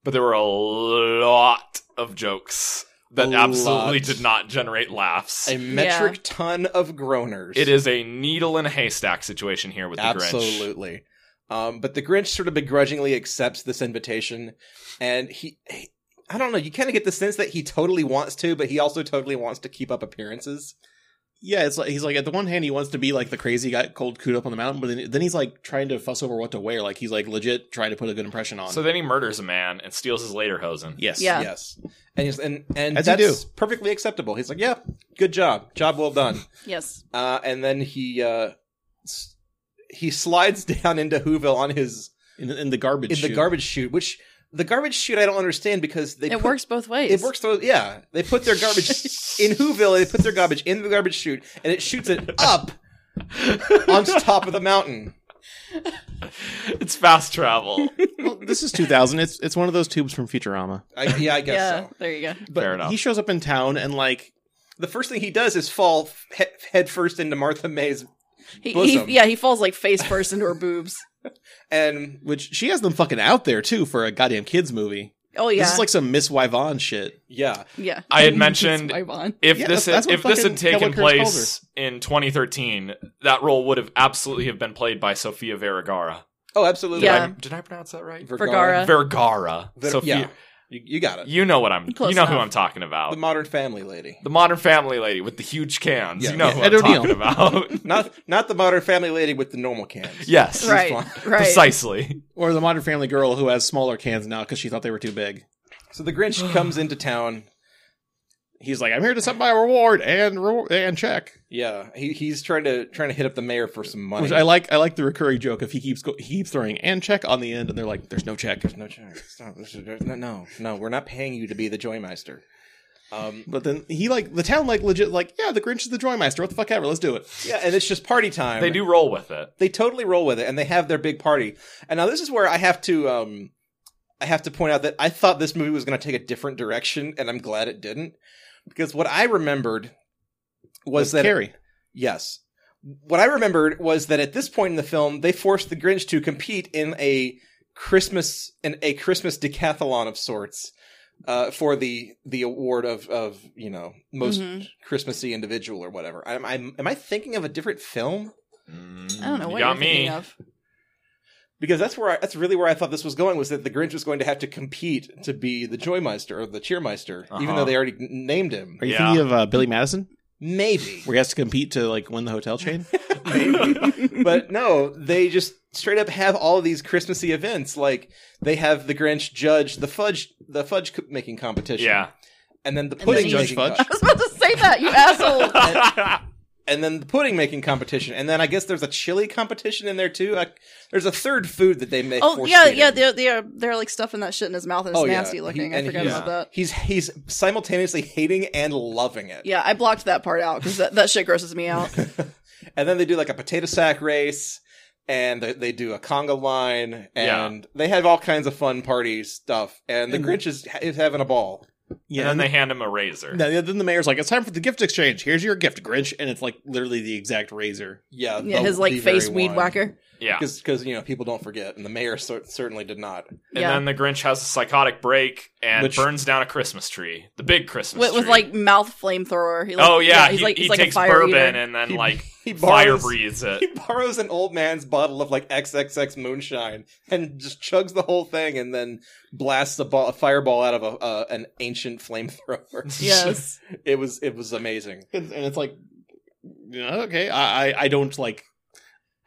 Speaker 4: but there were a lot of jokes that
Speaker 2: A
Speaker 4: absolutely
Speaker 2: lot.
Speaker 4: did not generate laughs.
Speaker 2: A metric ton of groaners.
Speaker 4: It is a needle in a haystack situation here with the Grinch.
Speaker 2: absolutely. Um, but the Grinch sort of begrudgingly accepts this invitation, and he. he I don't know. You kind of get the sense that he totally wants to, but he also totally wants to keep up appearances.
Speaker 6: Yeah, it's like he's like at the one hand he wants to be like the crazy guy cold cooed up on the mountain, but then, then he's like trying to fuss over what to wear. Like he's like legit trying to put a good impression on.
Speaker 4: So then he murders a man and steals his lederhosen.
Speaker 6: yes,
Speaker 3: Yeah.
Speaker 2: Yes. And he's, and and
Speaker 6: As you
Speaker 2: that's perfectly acceptable. He's like, "Yeah, good job. Job well done."
Speaker 3: yes.
Speaker 2: Uh, and then he uh, s- he slides down into Whoville on his
Speaker 6: in, in the garbage.
Speaker 2: in the
Speaker 6: chute.
Speaker 2: garbage chute, which the garbage chute I don't understand because they
Speaker 3: It
Speaker 2: put-
Speaker 3: works both ways.
Speaker 2: It works through yeah. They put their garbage in Whoville, they put their garbage in the garbage chute and it shoots it up onto top of the mountain.
Speaker 4: It's fast travel.
Speaker 6: Well, this is 2000. It's it's one of those tubes from Futurama.
Speaker 2: I, yeah, I guess
Speaker 3: Yeah,
Speaker 2: so.
Speaker 3: there you go.
Speaker 6: But
Speaker 4: Fair enough.
Speaker 6: he shows up in town and like
Speaker 2: The first thing he does is fall he- head first into Martha May's
Speaker 3: He,
Speaker 2: Bosom.
Speaker 3: he, yeah, he falls like face first into her boobs.
Speaker 2: and
Speaker 6: which she has them fucking out there too for a goddamn kids movie.
Speaker 3: Oh yeah,
Speaker 6: This is like some Miss Wyvon shit.
Speaker 2: yeah.
Speaker 3: yeah.
Speaker 4: I had
Speaker 3: It's
Speaker 4: mentioned-
Speaker 3: Wai Von.
Speaker 4: If
Speaker 6: Yeah,
Speaker 4: this
Speaker 6: that's- that's what
Speaker 4: if this had
Speaker 6: fucking
Speaker 4: taken
Speaker 6: Cowboy Curse calls
Speaker 4: place in 2013, that role would have absolutely have been played by Sofia Vergara.
Speaker 2: Oh, absolutely.
Speaker 3: Yeah.
Speaker 4: Did I, did I pronounce that right?
Speaker 3: Vergara.
Speaker 4: Vergara.
Speaker 2: Ver-
Speaker 4: Sophia.
Speaker 2: yeah. You, you got it.
Speaker 4: You know what I'm.
Speaker 3: Close
Speaker 4: you know who
Speaker 3: enough.
Speaker 4: I'm talking about.
Speaker 2: the
Speaker 4: The,
Speaker 2: Modern Family lady.
Speaker 4: Modern Family lady with the huge cans.
Speaker 2: Yeah,
Speaker 4: you know
Speaker 2: yeah.
Speaker 4: who
Speaker 6: Ed
Speaker 4: I'm
Speaker 6: O'Neill.
Speaker 4: talking about.
Speaker 2: Not not the Modern Family lady with the normal cans.
Speaker 4: yes.
Speaker 3: Right,
Speaker 2: fine.
Speaker 3: right.
Speaker 4: Precisely.
Speaker 6: Or the Modern Family girl who has smaller cans now because she thought they were too big.
Speaker 2: So the Grinch comes into town.
Speaker 6: He's like, I'm here to set my reward and re- and check.
Speaker 2: Yeah, he, he's trying to trying to hit up the mayor for some money.
Speaker 6: Which I like. I like the recurring joke if he keeps go- he keeps throwing and check on the end, and they're like, "There's no check."
Speaker 2: no, Jack, stop. This is- no, no, no, we're not paying you to be the Joymeister. Um,
Speaker 6: But then he like the town like legit like yeah, the Grinch is the Joymeister. What the fuck ever. Let's do it.
Speaker 2: yeah, and it's just party time.
Speaker 4: they do roll with it.
Speaker 2: They totally roll with it, and they have their big party. And now this is where I have to um, I have to point out that I thought this movie was going to take a different direction, and I'm glad it didn't because what I remembered was that
Speaker 6: Carrie?
Speaker 2: Yes. What I remembered was that at this point in the film, they forced the Grinch to compete in a Christmas in a Christmas decathlon of sorts uh, for the the award of of you know most
Speaker 3: Mhm.
Speaker 2: Christmassy individual or whatever. I'm, I'm am I thinking of a different film
Speaker 3: I don't know
Speaker 4: You
Speaker 3: what
Speaker 4: got
Speaker 3: you're
Speaker 4: me.
Speaker 3: thinking of.
Speaker 2: because that's where I, that's really where I thought this was going was that the Grinch was going to have to compete to be the Joymeister or the Cheermeister, even
Speaker 4: Uh-huh.
Speaker 2: though they already n- named him.
Speaker 6: Are you
Speaker 4: Yeah.
Speaker 6: thinking of uh, Billy Madison,
Speaker 2: Maybe
Speaker 6: where he has to compete to like win the hotel chain?
Speaker 2: but no, they just straight up have all of these Christmassy events. Like they have the Grinch judge the fudge the fudge co- making competition.
Speaker 4: Yeah.
Speaker 2: and then the
Speaker 3: then
Speaker 2: pudding
Speaker 3: you-
Speaker 2: making
Speaker 6: Fudge
Speaker 2: co-
Speaker 3: I was about to say that, you asshole.
Speaker 2: and then the pudding making competition, and then I guess there's a chili competition in there too. Like, there's a third food that they make.
Speaker 3: Oh
Speaker 2: force
Speaker 3: yeah,
Speaker 2: feed
Speaker 3: yeah.
Speaker 2: him.
Speaker 3: They're they're they're like stuffing that shit in his mouth and it's
Speaker 2: Oh, yeah.
Speaker 3: nasty looking.
Speaker 2: He-
Speaker 3: I
Speaker 2: and
Speaker 3: forgot
Speaker 2: he's-
Speaker 3: about that.
Speaker 2: He's he's simultaneously hating and loving it.
Speaker 3: Yeah, I blocked that part out because that, that shit grosses me out.
Speaker 2: And then they do like a potato sack race, and they, they do a conga line, and they have all kinds of fun party stuff. And the
Speaker 6: And-
Speaker 2: Grinch is, is having a ball.
Speaker 4: and then they hand him a razor.
Speaker 6: No, yeah, then the mayor's like, "It's time for the gift exchange. Here's your gift, Grinch," and it's like literally the exact razor.
Speaker 2: Yeah,
Speaker 3: Yeah,
Speaker 2: the-
Speaker 3: his like
Speaker 2: the
Speaker 3: face
Speaker 2: very
Speaker 3: weed
Speaker 2: one.
Speaker 3: whacker.
Speaker 4: Yeah. And
Speaker 2: because you know people don't forget, and the mayor cer- certainly did not.
Speaker 3: yeah,
Speaker 4: then the Grinch has a psychotic break and
Speaker 2: Which-
Speaker 4: burns down a Christmas tree. The big Christmas
Speaker 3: with,
Speaker 4: tree.
Speaker 3: with like mouth flamethrower. He, like,
Speaker 4: oh, yeah.
Speaker 3: he's
Speaker 4: he
Speaker 3: like
Speaker 4: he
Speaker 3: he's like
Speaker 4: takes
Speaker 3: a fire
Speaker 4: bourbon
Speaker 3: eater.
Speaker 4: and then,
Speaker 2: He-
Speaker 4: like,
Speaker 2: he
Speaker 4: fire
Speaker 2: borrows-
Speaker 4: breathes
Speaker 2: He
Speaker 4: it.
Speaker 2: borrows an old man's bottle of like XXX moonshine and just chugs the whole thing, and then blasts a, ball, a fireball out of a uh, an ancient flamethrower.
Speaker 3: Yes,
Speaker 2: it was it was amazing.
Speaker 6: And, and it's like, yeah, okay, I, I, I don't like,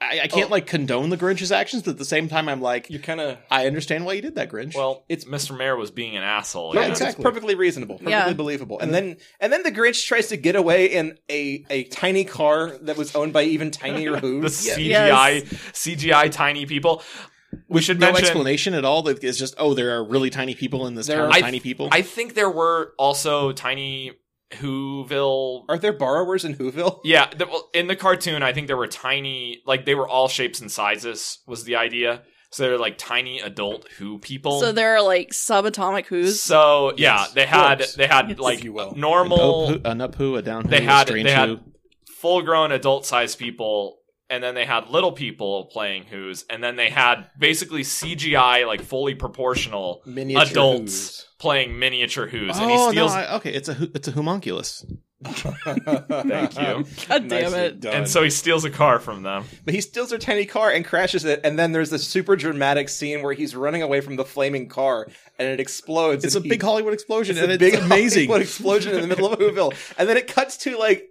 Speaker 6: I, I can't
Speaker 2: Oh.
Speaker 6: like condone the Grinch's actions, but at the same time, I'm like,
Speaker 2: You kind of
Speaker 6: I understand why you did that, Grinch.
Speaker 4: Well,
Speaker 2: It's-
Speaker 4: it's Mr. Mayor was being an asshole.
Speaker 6: Yeah,
Speaker 4: yeah.
Speaker 2: It's
Speaker 6: exactly.
Speaker 2: perfectly reasonable, perfectly
Speaker 3: Yeah. Mm-hmm.
Speaker 2: believable. And then and then the Grinch tries to get away in a a tiny car that was owned by even tinier
Speaker 4: The
Speaker 2: who's.
Speaker 4: CGI,
Speaker 3: Yes.
Speaker 4: CGI tiny people. We should
Speaker 6: no
Speaker 4: mention.
Speaker 6: explanation at all. that It's just, oh, there are really tiny people in this
Speaker 2: There
Speaker 6: town.
Speaker 2: are-
Speaker 6: of tiny people.
Speaker 4: I think there were also tiny Whoville.
Speaker 2: Are there borrowers in Whoville?
Speaker 4: Yeah, the, well, in the cartoon, I think there were tiny, like they were all shapes and sizes. Was the idea? So they're like tiny adult Who people.
Speaker 3: so there are like subatomic who's.
Speaker 4: So yeah,
Speaker 2: Yes,
Speaker 4: they had
Speaker 2: dwarfs,
Speaker 4: they had
Speaker 3: if
Speaker 4: like
Speaker 2: you will.
Speaker 6: an up,
Speaker 4: normal,
Speaker 6: an up who, a down who,
Speaker 4: They
Speaker 6: a
Speaker 4: had-
Speaker 6: strange
Speaker 4: they had-
Speaker 6: who.
Speaker 4: full grown adult sized people. And then they had little people playing Who's, and then they had basically CGI, like fully proportional
Speaker 2: Miniature
Speaker 4: adults playing miniature Who's, and he
Speaker 6: oh
Speaker 4: steals.
Speaker 6: no! I, okay, it's a hu- it's a homunculus.
Speaker 2: Thank
Speaker 4: Thank you.
Speaker 3: God damn it!
Speaker 4: And so he steals a car from them.
Speaker 2: But he steals her tiny car and crashes it, and then there's this super dramatic scene where he's running away from the flaming car, and it explodes.
Speaker 6: It's a
Speaker 2: and
Speaker 6: big
Speaker 2: he-
Speaker 6: Hollywood explosion, and
Speaker 2: E- a
Speaker 6: it's
Speaker 2: big
Speaker 6: amazing.
Speaker 2: Hollywood explosion in the middle of Whoville, and then it cuts to like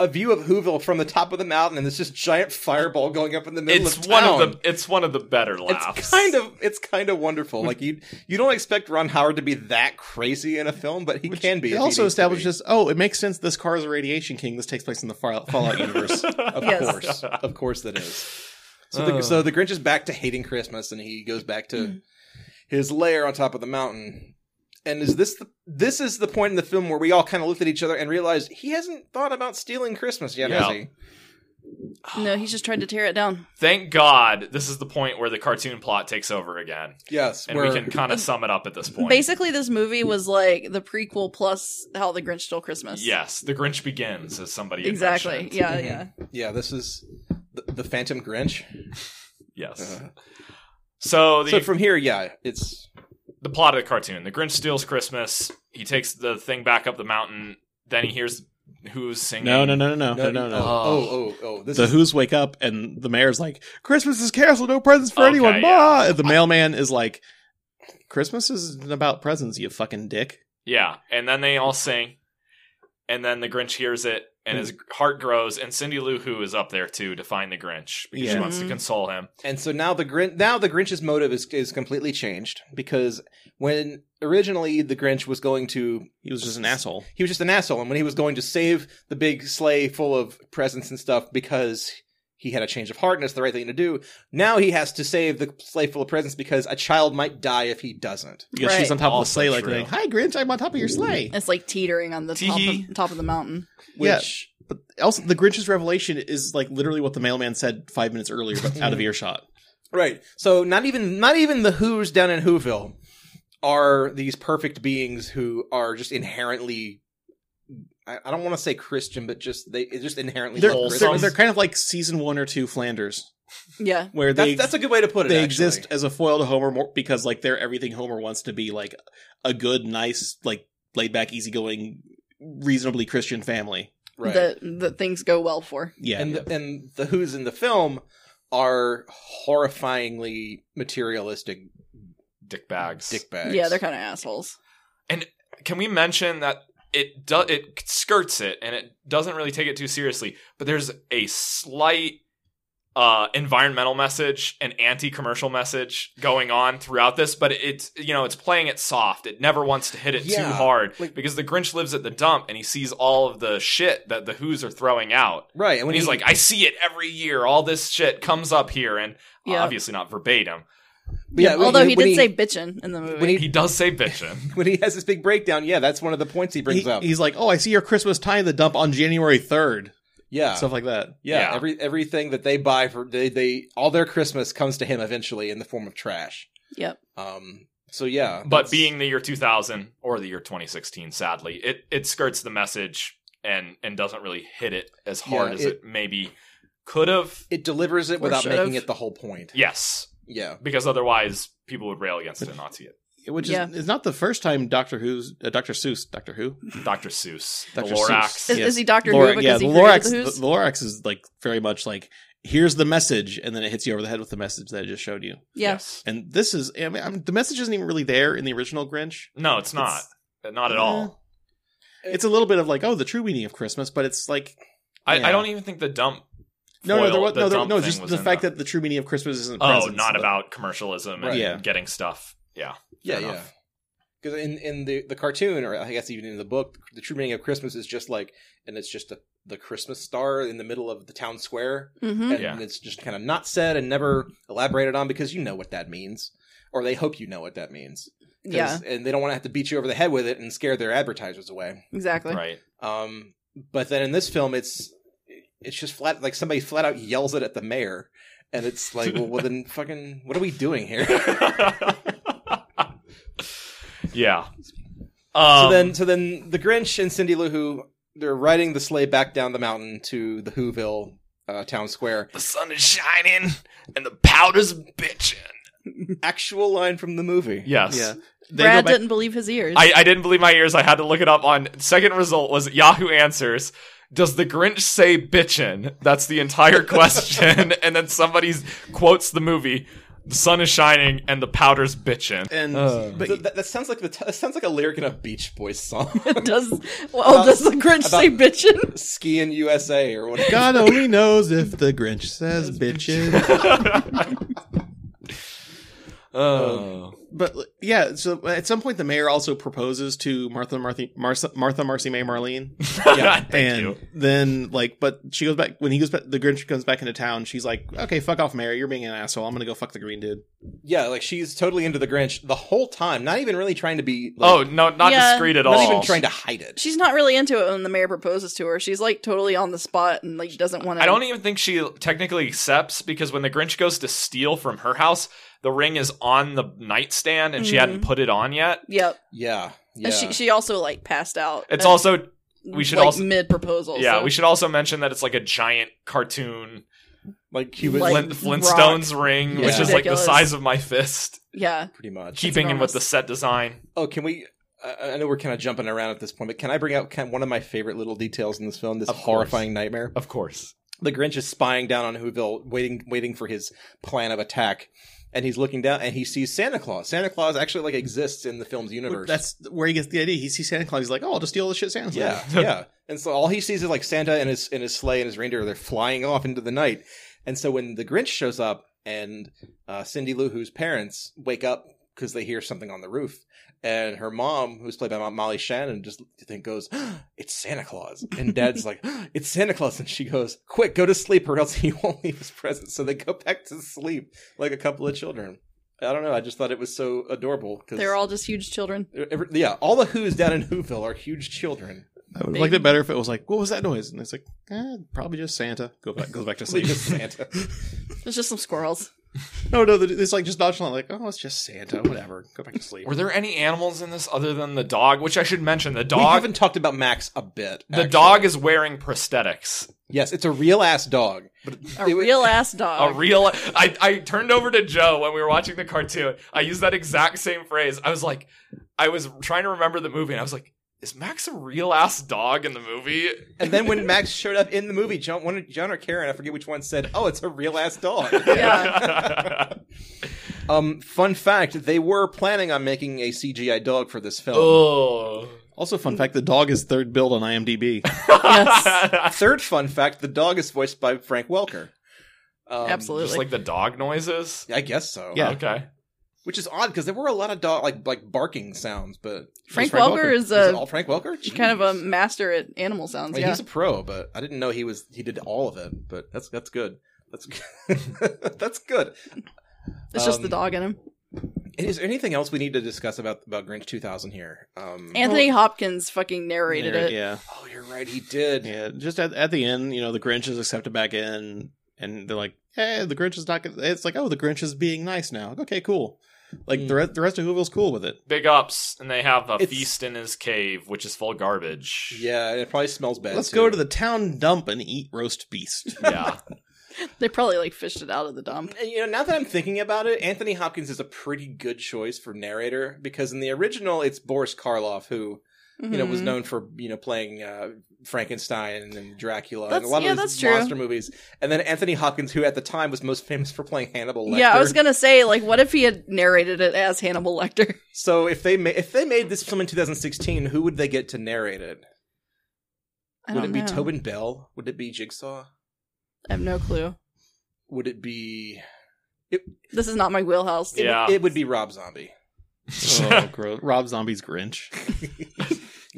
Speaker 2: a view of Whoville from the top of the mountain, and there's this giant fireball going up in the middle
Speaker 4: It's
Speaker 2: of
Speaker 4: one
Speaker 2: town.
Speaker 4: of the it's one of the better laughs.
Speaker 2: it's kind of it's kind of wonderful. Like you you don't expect Ron Howard to be that crazy in a film, but he can be. if he
Speaker 6: It also
Speaker 2: needs to be.
Speaker 6: establishes, oh, it makes sense. This car is a radiation king. This takes place in the Fall- Fallout universe.
Speaker 2: Of
Speaker 3: Yes.
Speaker 2: course, of course, that is. So
Speaker 6: Uh.
Speaker 2: the, so the Grinch is back to hating Christmas, and he goes back
Speaker 3: Mm-hmm.
Speaker 2: to his lair on top of the mountain. And is this the this is the point in the film where we all kind of looked at each other and realized he hasn't thought about stealing Christmas yet, has
Speaker 4: Yeah.
Speaker 2: he?
Speaker 3: No, he's just trying to tear it down.
Speaker 4: Thank God this is the point where the cartoon plot takes over again.
Speaker 2: Yes,
Speaker 4: And
Speaker 2: where-
Speaker 4: we can kind of sum it up at this point.
Speaker 3: Basically, this movie was like the prequel plus How the Grinch Stole Christmas.
Speaker 4: Yes, The Grinch Begins, as somebody had
Speaker 3: exactly.
Speaker 4: mentioned.
Speaker 3: Yeah, yeah.
Speaker 2: Mhm. yeah, this is the, the Phantom Grinch.
Speaker 4: Yes.
Speaker 6: Uh-huh.
Speaker 4: So the
Speaker 2: Uh-huh. So from here, yeah, it's
Speaker 4: the plot of the cartoon: the Grinch steals Christmas. He takes the thing back up the mountain. Then he hears who's singing.
Speaker 6: no, no, no, no, no, no, no, no.
Speaker 2: Oh, oh, oh, this
Speaker 6: the
Speaker 2: is
Speaker 6: Who's wake up and the mayor's like, Christmas is canceled, no presents for
Speaker 4: Okay,
Speaker 6: anyone.
Speaker 4: yeah.
Speaker 6: Bah! And the mailman is like, Christmas isn't about presents, you fucking dick.
Speaker 4: Yeah, and then they all sing, and then the Grinch hears it, and his heart grows. And Cindy Lou Who is up there too to find the Grinch because
Speaker 6: Yeah.
Speaker 4: she wants to
Speaker 3: Mhm.
Speaker 4: console him.
Speaker 2: And so now the Grinch, now the Grinch's motive is is completely changed because when originally the Grinch was going to,
Speaker 6: He was just an asshole.
Speaker 2: he was just an asshole, and when he was going to save the big sleigh full of presents and stuff because he had a change of heart and it's the right thing to do. Now he has to save the sleigh full of presents because a child might die if he doesn't.
Speaker 6: Because she's
Speaker 3: Right.
Speaker 6: on top of the
Speaker 4: Also
Speaker 6: sleigh, like,
Speaker 4: true.
Speaker 6: like, hi, Grinch, I'm on top of your sleigh.
Speaker 3: It's like teetering on the top
Speaker 4: Tee-hee.
Speaker 3: of, top of the mountain.
Speaker 6: Yeah.
Speaker 2: Which
Speaker 6: But also, the Grinch's revelation is like literally what the mailman said five minutes earlier, but out of earshot.
Speaker 2: right, so not even not even the Who's down in Whoville are these perfect beings who are just inherently. I I don't want to say Christian, but just they it's just inherently
Speaker 6: They're,
Speaker 2: love
Speaker 6: they're,
Speaker 2: Christmas.
Speaker 6: they're kind of like season one or two Flanders,
Speaker 3: Yeah.
Speaker 6: where
Speaker 2: That's,
Speaker 6: they
Speaker 2: that's a good way to put it.
Speaker 6: they
Speaker 2: actually.
Speaker 6: exist as a foil to Homer more, because like they're everything Homer wants to be like a good, nice, like laid back, easygoing, reasonably Christian family.
Speaker 2: right?
Speaker 3: That that things go well for.
Speaker 6: Yeah,
Speaker 2: and the, and the who's in the film are horrifyingly materialistic
Speaker 4: Dick Bags.
Speaker 2: dickbags.
Speaker 3: Yeah, they're kind of assholes.
Speaker 4: Can we mention that it do- it skirts it and it doesn't really take it too seriously, but there's a slight uh, environmental message and anti-commercial message going on throughout this, but it's you know it's playing it soft. It never wants to hit it too
Speaker 2: Yeah,
Speaker 4: hard because the Grinch lives at the dump and he sees all of the shit that the Who's are throwing out.
Speaker 2: Right, and
Speaker 4: When
Speaker 2: when
Speaker 4: he's
Speaker 2: he-
Speaker 4: like, I see it every year. All this shit comes up here, and
Speaker 3: Yeah.
Speaker 4: obviously not verbatim.
Speaker 2: but yeah, when
Speaker 3: Although he
Speaker 2: when
Speaker 3: did say bitchin' in the movie.
Speaker 2: when he
Speaker 4: He does say bitchin'.
Speaker 2: when he has this big breakdown. Yeah, that's one of the points he brings
Speaker 6: He-
Speaker 2: up.
Speaker 6: he's like, "Oh, I see your Christmas tie in the dump on January third,
Speaker 2: Yeah,
Speaker 6: stuff like that."
Speaker 2: yeah,
Speaker 4: yeah.
Speaker 2: Every everything that they buy for they they all their Christmas comes to him eventually in the form of trash.
Speaker 3: yep.
Speaker 2: Um. So yeah,
Speaker 4: but
Speaker 2: that's-
Speaker 4: being the year 2000 or the year 2016, sadly, it it skirts the message and and doesn't really hit it as hard
Speaker 2: Yeah,
Speaker 4: as it, maybe could have.
Speaker 2: it delivers it
Speaker 3: Or
Speaker 2: without
Speaker 3: should've.
Speaker 2: making it the whole point.
Speaker 4: Yes,
Speaker 2: Yeah.
Speaker 4: because otherwise people would rail against it and not see it.
Speaker 6: Which
Speaker 3: Yeah.
Speaker 6: is it's not the first time Doctor Who's uh, Doctor Seuss Doctor Who
Speaker 4: Dr. Seuss, the
Speaker 6: Dr.
Speaker 4: Lorax.
Speaker 3: Is,
Speaker 6: Yes.
Speaker 3: is he Doctor
Speaker 6: Lora-
Speaker 3: Who because
Speaker 6: yeah,
Speaker 3: he
Speaker 6: the
Speaker 3: created
Speaker 6: Lorax,
Speaker 3: the Who's?
Speaker 6: the Lorax is like very much like here's the message, and then it hits you over the head with the message that I just showed you.
Speaker 3: yeah.
Speaker 4: Yes.
Speaker 6: And this is, I mean, I'm, the message isn't even really there in the original Grinch.
Speaker 4: No, it's not. not at all.
Speaker 6: Eh. It's a little bit of like, oh, the true meaning of Christmas, but it's like
Speaker 4: I,
Speaker 6: Yeah.
Speaker 4: I don't even think the dump.
Speaker 6: no,
Speaker 4: foil-
Speaker 6: no, there was,
Speaker 4: the
Speaker 6: no, there,
Speaker 4: dump
Speaker 6: no,
Speaker 4: thing
Speaker 6: just
Speaker 4: was
Speaker 6: the
Speaker 4: in
Speaker 6: fact
Speaker 4: the-
Speaker 6: that the true meaning of Christmas isn't.
Speaker 4: Oh,
Speaker 6: presents,
Speaker 4: not
Speaker 6: but-
Speaker 4: about commercialism
Speaker 2: Right.
Speaker 4: and
Speaker 6: Yeah.
Speaker 4: getting stuff. Yeah.
Speaker 2: Yeah.
Speaker 4: Fair
Speaker 2: Yeah.
Speaker 4: enough.
Speaker 2: Because in, in the, the cartoon, or I guess even in the book, the true meaning of Christmas is just like, and it's just the, the Christmas star in the middle of the town square.
Speaker 3: hmm
Speaker 2: and
Speaker 4: Yeah.
Speaker 2: it's just kind of not said and never elaborated on because you know what that means or they hope you know what that means 'Cause-
Speaker 3: Yeah.
Speaker 2: and they don't want to have to beat you over the head with it and scare their advertisers away
Speaker 3: Exactly.
Speaker 4: Right.
Speaker 2: um, but then in this film it's it's just flat like somebody flat out yells it at the mayor and it's like well, well then fucking what are we doing here
Speaker 4: yeah.
Speaker 2: so
Speaker 4: Um,
Speaker 2: then so then the grinch and cindy lou who they're riding the sleigh back down the mountain to the whoville uh, town square
Speaker 4: the sun is shining and the powder's bitching.
Speaker 2: actual line from the movie
Speaker 4: Yes.
Speaker 6: Yeah, They go
Speaker 3: Brad
Speaker 6: back-
Speaker 3: didn't believe his ears.
Speaker 4: I, I didn't believe my ears. I had to look it up on second result was Yahoo Answers. Does the Grinch say bitchin'? That's the entire question. and then somebody quotes the movie. The sun is shining and the powder's bitchin'.
Speaker 6: and
Speaker 4: Uh,
Speaker 6: but
Speaker 2: Th- that, that sounds like the t- that sounds like a lyric in a Beach Boys song.
Speaker 3: does well?
Speaker 2: About-
Speaker 3: does the Grinch say bitchin'?
Speaker 2: Skiing USA or whatever.
Speaker 6: God only knows if the Grinch says bitches.
Speaker 4: Oh.
Speaker 6: Um, But like, yeah, so at some point the mayor also proposes to Martha, Martha, Martha, Martha Marcy May Marlene.
Speaker 4: Thank
Speaker 6: and
Speaker 4: you.
Speaker 6: then like but she goes back when he goes back the grinch comes back into town she's like okay fuck off mayor you're being an asshole i'm gonna go fuck the green dude
Speaker 2: Yeah, like she's totally into the Grinch the whole time, not even really trying to be. Like,
Speaker 4: Oh, no, not
Speaker 3: Yeah.
Speaker 4: discreet at
Speaker 2: not
Speaker 4: all.
Speaker 2: even trying to hide it.
Speaker 3: She's not really into it when the mayor proposes to her. She's like totally on the spot and like doesn't want to.
Speaker 4: I don't e-, even think she technically accepts because when the Grinch goes to steal from her house, the ring is on the nightstand and she
Speaker 3: Mhm.
Speaker 4: hadn't put it on yet.
Speaker 3: Yep.
Speaker 2: Yeah, yeah.
Speaker 3: And she she also like passed out.
Speaker 4: It's
Speaker 3: And,
Speaker 4: also we should
Speaker 3: like,
Speaker 4: also-
Speaker 3: mid proposal.
Speaker 4: yeah, we should also mention that it's like a giant cartoon
Speaker 2: like Cuban,
Speaker 3: Like-
Speaker 4: Flint, Flintstones ring,
Speaker 2: Yeah.
Speaker 4: which is like the
Speaker 3: Ridiculous.
Speaker 4: size of my fist,
Speaker 3: Yeah.
Speaker 2: pretty much.
Speaker 4: keeping in with
Speaker 3: enormous.
Speaker 4: the set design.
Speaker 2: Oh, can we? I I know we're kind of jumping around at this point, but can I bring out kind of one of my favorite little details in this film? This
Speaker 4: Of course.
Speaker 2: horrifying nightmare.
Speaker 4: Of course.
Speaker 2: The Grinch is spying down on Whoville, waiting, waiting for his plan of attack, and he's looking down and he sees Santa Claus. Santa Claus actually like exists in the film's universe.
Speaker 6: that's where he gets the idea he sees santa claus he's like oh i'll just steal the shit santa's
Speaker 2: Yeah,
Speaker 6: got."
Speaker 2: yeah. And so all he sees is like Santa and his and his sleigh and his reindeer. They're flying off into the night. And so when the Grinch shows up and uh, Cindy Lou Who's parents wake up because they hear something on the roof, and her mom, who's played by Mo- Molly Shannon, just I think goes, "It's Santa Claus." And Dad's like, "It's Santa Claus," and she goes, "Quick, go to sleep, or else he won't leave his present." So they go back to sleep like a couple of children. I don't know. I just thought it was so adorable because
Speaker 3: They're all just huge children.
Speaker 2: yeah, all the Who's down in Whoville are huge children.
Speaker 6: i would have liked it better if it was like what was that noise and it's like eh, probably just santa go back goes back to sleep
Speaker 2: Leave it Santa.
Speaker 3: There's just some squirrels.
Speaker 6: no no the- it's like just nonchalant like oh it's just santa whatever go back to sleep
Speaker 4: Were there any animals in this other than the dog? Which I should mention, the
Speaker 2: We
Speaker 4: dog.
Speaker 2: haven't talked about Max a bit.
Speaker 4: The
Speaker 2: actually.
Speaker 4: dog is wearing prosthetics.
Speaker 2: Yes, it's a real ass dog.
Speaker 3: A real ass dog.
Speaker 4: A real. I, I turned over to Joe when we were watching the cartoon. I used that exact same phrase. I was like, I was trying to remember the movie, and I was like, is Max a real ass dog in the movie?
Speaker 2: And then when Max showed up in the movie, John, one, John or Karen, I forget which one, said, "Oh, it's a real ass dog."
Speaker 3: yeah.
Speaker 2: um, fun fact: they were planning on making a CGI dog for this film.
Speaker 4: oh.
Speaker 6: also fun fact the dog is third build on imdb
Speaker 3: yes.
Speaker 2: Third fun fact: the dog is voiced by Frank Welker. Um,
Speaker 3: Absolutely.
Speaker 4: Just like the dog noises.
Speaker 2: I guess so.
Speaker 6: Yeah.
Speaker 4: Okay.
Speaker 2: Which is odd because there were a lot of dog like like barking sounds, but
Speaker 3: Frank
Speaker 6: Frank
Speaker 3: Welker,
Speaker 6: Welker.
Speaker 3: is
Speaker 2: was it
Speaker 3: a
Speaker 2: all Frank Welker?
Speaker 3: he's kind of a
Speaker 2: Jeez.
Speaker 3: master at animal
Speaker 2: I
Speaker 3: sounds.
Speaker 2: mean,
Speaker 3: yeah,
Speaker 2: he's a pro, but I didn't know he was he did all of it. But that's that's good. That's that's good.
Speaker 3: it's just the
Speaker 2: um,
Speaker 3: dog in him.
Speaker 2: Is there anything else we need to discuss about about Grinch 2000 here? Um,
Speaker 3: Anthony Hopkins fucking narrated it.
Speaker 6: Yeah,
Speaker 2: oh, you're right, he did.
Speaker 6: yeah. Just at, at the end, you know, the Grinch is accepted back in, and they're like, "Hey, the Grinch is not." Gonna, it's like, "Oh, the Grinch is being nice now." Like, okay, cool. Like
Speaker 2: Hmm.
Speaker 6: the rest, the rest of Whoville's cool with it.
Speaker 4: Big ups, and they have a
Speaker 2: It's-
Speaker 4: feast in his cave, which is full of garbage.
Speaker 2: Yeah, and it probably smells bad.
Speaker 6: Let's
Speaker 2: too.
Speaker 6: go to the town dump and eat roast beast.
Speaker 4: Yeah.
Speaker 3: They probably like fished it out of the dump.
Speaker 2: And, you know, now that I'm thinking about it, Anthony Hopkins is a pretty good choice for narrator because in the original, it's Boris Karloff who you know was
Speaker 3: Mhm.
Speaker 2: known for you know playing uh, Frankenstein and Dracula and
Speaker 3: That's-
Speaker 2: a lot
Speaker 3: yeah,
Speaker 2: of
Speaker 3: that's
Speaker 2: these
Speaker 3: true.
Speaker 2: monster movies, and then Anthony Hopkins, who at the time was most famous for playing Hannibal. Lecter.
Speaker 3: Yeah, I was gonna say like, what if he had narrated it as Hannibal Lecter?
Speaker 2: So if they ma- if they made this film in 2016, who would they get to narrate it?
Speaker 3: I
Speaker 2: Would
Speaker 3: don't
Speaker 2: it be
Speaker 3: know.
Speaker 2: Tobin Bell? Would it be Jigsaw?
Speaker 3: I have no clue.
Speaker 2: Would it be?
Speaker 3: This is not my wheelhouse.
Speaker 4: Yeah.
Speaker 2: It would be Rob Zombie.
Speaker 6: oh, gross. Rob Zombie's Grinch.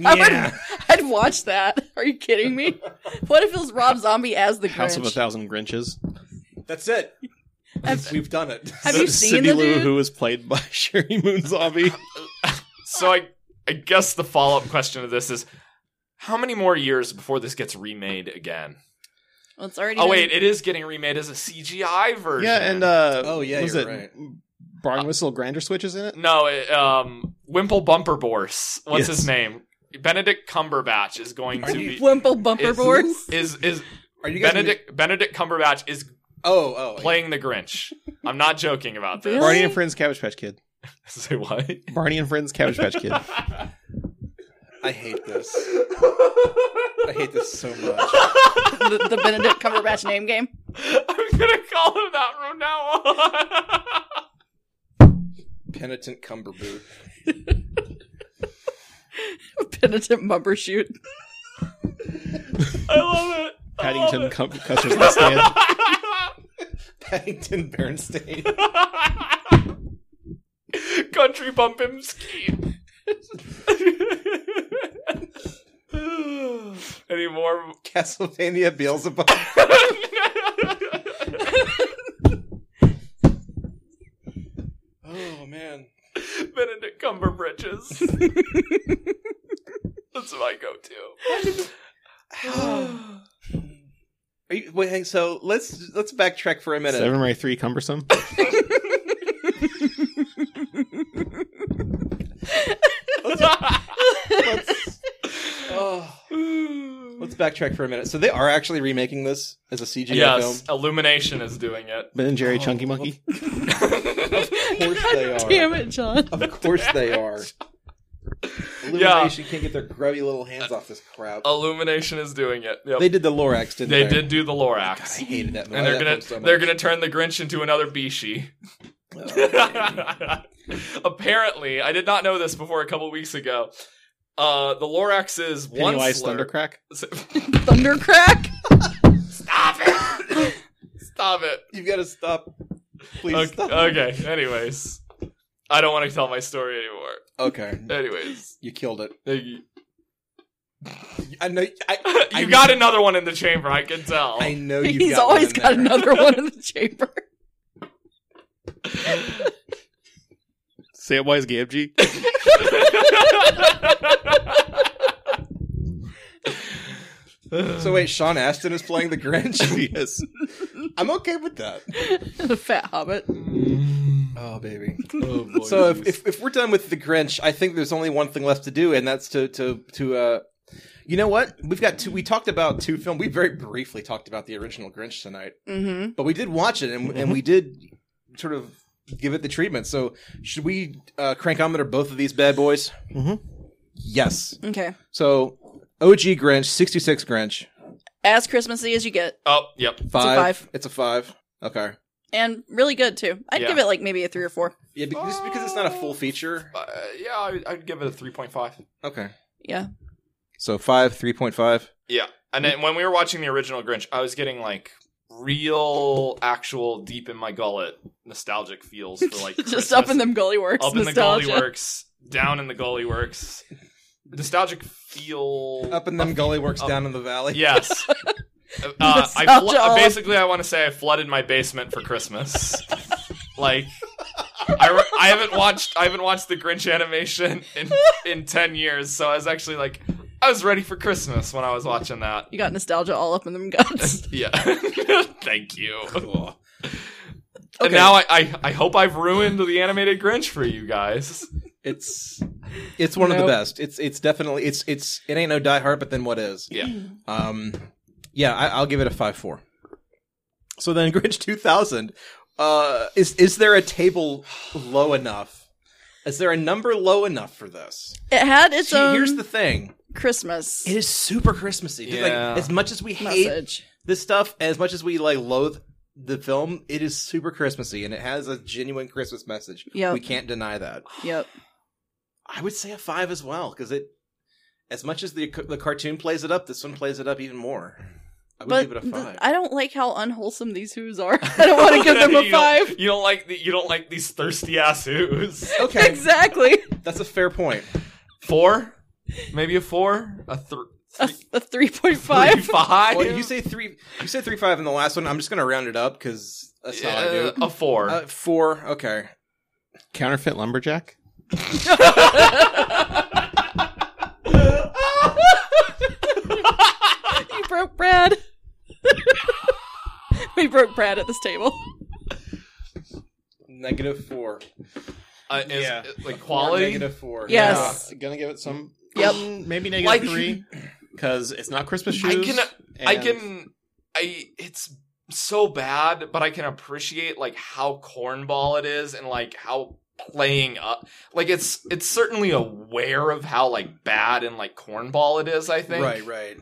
Speaker 3: I would, I'd watch that. Are you kidding me? What if it was Rob Zombie as the
Speaker 6: House of a
Speaker 3: Grinch?
Speaker 6: Thousand Grinches.
Speaker 2: that's it.
Speaker 3: Have-
Speaker 2: We've done it.
Speaker 3: Have you
Speaker 6: S-
Speaker 3: seen
Speaker 6: Cindy
Speaker 3: the
Speaker 6: Lou
Speaker 3: dude?
Speaker 6: who is played by Sherry Moon Zombie?
Speaker 4: so I, I guess the follow up question to this is, how many more years before this gets remade again?
Speaker 3: Well, it's already.
Speaker 4: Oh
Speaker 3: been-
Speaker 4: wait, it is getting remade as a CGI version.
Speaker 6: yeah, and uh,
Speaker 2: Oh, yeah,
Speaker 6: was
Speaker 2: you're right.
Speaker 6: it Barn Whistle Grinder Switch is in it?
Speaker 4: no, it, um, Wimple Bumperborse. What's
Speaker 6: Yes.
Speaker 4: his name? Benedict Cumberbatch is going
Speaker 2: Are
Speaker 4: to
Speaker 2: you-
Speaker 4: be
Speaker 3: Wimple bumper
Speaker 4: It's-
Speaker 3: boards.
Speaker 4: is is
Speaker 2: Are you guys
Speaker 4: Benedict Benedict Cumberbatch is
Speaker 2: Oh, oh,
Speaker 4: playing the Grinch. I'm not joking about this.
Speaker 3: Really?
Speaker 6: Barney and Friends Cabbage Patch Kid.
Speaker 4: Say what?
Speaker 6: Barney and Friends Cabbage Patch Kid.
Speaker 2: I hate this. I hate this so much.
Speaker 3: the, the Benedict Cumberbatch name game.
Speaker 4: I'm gonna call him that from now on.
Speaker 2: Penitent Cumberboot.
Speaker 3: Penitent bumper shoot.
Speaker 4: I love it. I love
Speaker 6: Paddington
Speaker 4: it.
Speaker 6: cum- Custard's Last Stand.
Speaker 2: Paddington Bernstein.
Speaker 4: Country bump him ski. Any more?
Speaker 2: Castlevania Beelzebub. Oh man.
Speaker 4: Benedict Cumberbridges. That's my go-to.
Speaker 2: Are you, wait, hang, so let's let's backtrack for a minute.
Speaker 6: Seven Ray Three Cumbersome.
Speaker 2: Let's, oh, let's backtrack for a minute. So they are actually remaking this as a CGI
Speaker 4: yes, Illumination is doing it.
Speaker 6: Ben and Jerry
Speaker 2: Oh,
Speaker 6: Chunky Monkey.
Speaker 2: film. Of course they are.
Speaker 3: Damn it, John.
Speaker 2: Of course they are. Illumination can't get their grubby little hands off this crap.
Speaker 4: Illumination is doing it. Yep.
Speaker 2: They did the Lorax, didn't they?
Speaker 4: Oh. They did do the
Speaker 2: I
Speaker 4: Lorax.
Speaker 2: hated that movie.
Speaker 4: and
Speaker 2: I
Speaker 4: they're
Speaker 2: hated that film
Speaker 4: gonna
Speaker 2: Oh, so
Speaker 4: they're
Speaker 2: much.
Speaker 4: gonna turn the Grinch into another Bishi. Apparently, I did not know this before a couple weeks ago. Uh, the Lorax is one
Speaker 6: Pennywise
Speaker 4: slur.
Speaker 6: Thundercrack.
Speaker 3: Thundercrack.
Speaker 4: Stop it! Stop it!
Speaker 2: You've got to stop. Please
Speaker 4: Okay, Uh,
Speaker 2: stop.
Speaker 4: okay. Anyways, I don't want to tell my story anymore.
Speaker 2: Okay,
Speaker 4: Anyways,
Speaker 2: you killed it.
Speaker 4: thank you.
Speaker 2: I know. I, I
Speaker 4: you got another one in the chamber. I can tell.
Speaker 2: I know you.
Speaker 3: He's
Speaker 2: got one
Speaker 3: always
Speaker 2: in
Speaker 3: got
Speaker 2: there.
Speaker 3: another one in the chamber.
Speaker 6: Samwise Gamgee.
Speaker 2: So wait, Sean Astin is playing the Grinch.
Speaker 6: yes.
Speaker 2: I'm okay with that.
Speaker 3: the Fat Hobbit.
Speaker 2: Oh baby. so if, if if we're done with the Grinch, I think there's only one thing left to do, and that's to to to. uh you know what? We've got two. We talked about two film. We very briefly talked about the original Grinch tonight,
Speaker 3: Mm-hmm.
Speaker 2: but we did watch it, and, and we did sort of give it the treatment. So should we uh, crankometer both of these bad boys?
Speaker 6: Mhm.
Speaker 2: Yes.
Speaker 3: Okay.
Speaker 2: So OG Grinch, 66 Grinch.
Speaker 3: As Christmassy as you get,
Speaker 4: oh, yep.
Speaker 2: Five.
Speaker 3: five.
Speaker 2: It's a five. Okay.
Speaker 3: and really good too. I'd
Speaker 4: Yeah.
Speaker 3: give it like maybe a three or four.
Speaker 2: Yeah, be- just because it's not a full feature.
Speaker 4: Uh, yeah, I, I'd give it a three point five.
Speaker 2: Okay.
Speaker 3: Yeah.
Speaker 2: So five, 3.5.
Speaker 4: Yeah. And then when we were watching the original Grinch, I was getting like real, actual, deep in my gullet nostalgic feels for like
Speaker 3: Just up in
Speaker 4: Christmas.
Speaker 3: them gully works.
Speaker 4: up in the
Speaker 3: nostalgia.
Speaker 4: gully works, down in the gully works, nostalgic feel
Speaker 2: Up in them gully works
Speaker 4: Up.
Speaker 2: down in the valley.
Speaker 4: Yes. Uh, I
Speaker 3: Nostalgia
Speaker 4: flo-
Speaker 3: all-
Speaker 4: basically, I want to say I flooded my basement for Christmas. like, I, re- I haven't watched I haven't watched the Grinch animation in in ten years, so I was actually like, I was ready for Christmas when I was watching that.
Speaker 3: You got nostalgia all up in them guts.
Speaker 4: Yeah, thank you.
Speaker 3: Okay.
Speaker 4: And now I, I I hope I've ruined the animated Grinch for you guys.
Speaker 2: It's it's one of
Speaker 3: Nope.
Speaker 2: the best. It's it's definitely it's it's it ain't no Die Hard, but then what is?
Speaker 4: Yeah.
Speaker 2: Um, yeah, I, I'll give it a five four. So then Grinch two thousand. Uh, is is there a table low enough? Is there a number low enough for this?
Speaker 3: It had its
Speaker 2: See,
Speaker 3: own
Speaker 2: here's the thing:
Speaker 3: Christmas
Speaker 2: um, it is super Christmassy. Like,
Speaker 4: Yeah.
Speaker 2: as much as we hate
Speaker 3: message.
Speaker 2: this stuff, as much as we like loathe the film, it is super Christmassy and it has a genuine Christmas message.
Speaker 3: Yep.
Speaker 2: we can't deny that.
Speaker 3: Yep.
Speaker 2: I would say a five as well because it, as much as the the cartoon plays it up, this one plays it up even more. I would
Speaker 3: But
Speaker 2: give it a
Speaker 3: th-
Speaker 2: five.
Speaker 3: I don't like how unwholesome these whoos are. I don't want to give them a
Speaker 4: You don't-
Speaker 3: five.
Speaker 4: You don't like the, you don't like these thirsty ass who's.
Speaker 2: okay,
Speaker 3: Exactly.
Speaker 2: that's a fair point.
Speaker 4: Four, maybe a four, a thr-
Speaker 3: A,
Speaker 4: three.
Speaker 3: a 3.5.
Speaker 4: three, five.
Speaker 2: Well, you say three, you say three five in the last one. I'm just gonna round it up because that's how I
Speaker 4: Uh,
Speaker 2: do.
Speaker 4: a four.
Speaker 2: Uh, four. Okay.
Speaker 6: Counterfeit lumberjack.
Speaker 3: You broke Brad. we broke Brad at this table.
Speaker 2: Negative four.
Speaker 4: Uh, is,
Speaker 6: yeah.
Speaker 4: like quality.
Speaker 2: Negative four.
Speaker 3: Yes.
Speaker 6: Uh, gonna give it some.
Speaker 3: Yep.
Speaker 6: Mm, Maybe negative
Speaker 4: Like-
Speaker 6: three because it's not Christmas
Speaker 4: I
Speaker 6: shoes.
Speaker 4: can. I
Speaker 6: and-
Speaker 4: can. I. It's so bad, but I can appreciate like how cornball it is and like how playing up. Like it's. It's certainly aware of how like bad and like cornball it is. I think.
Speaker 2: Right. Right.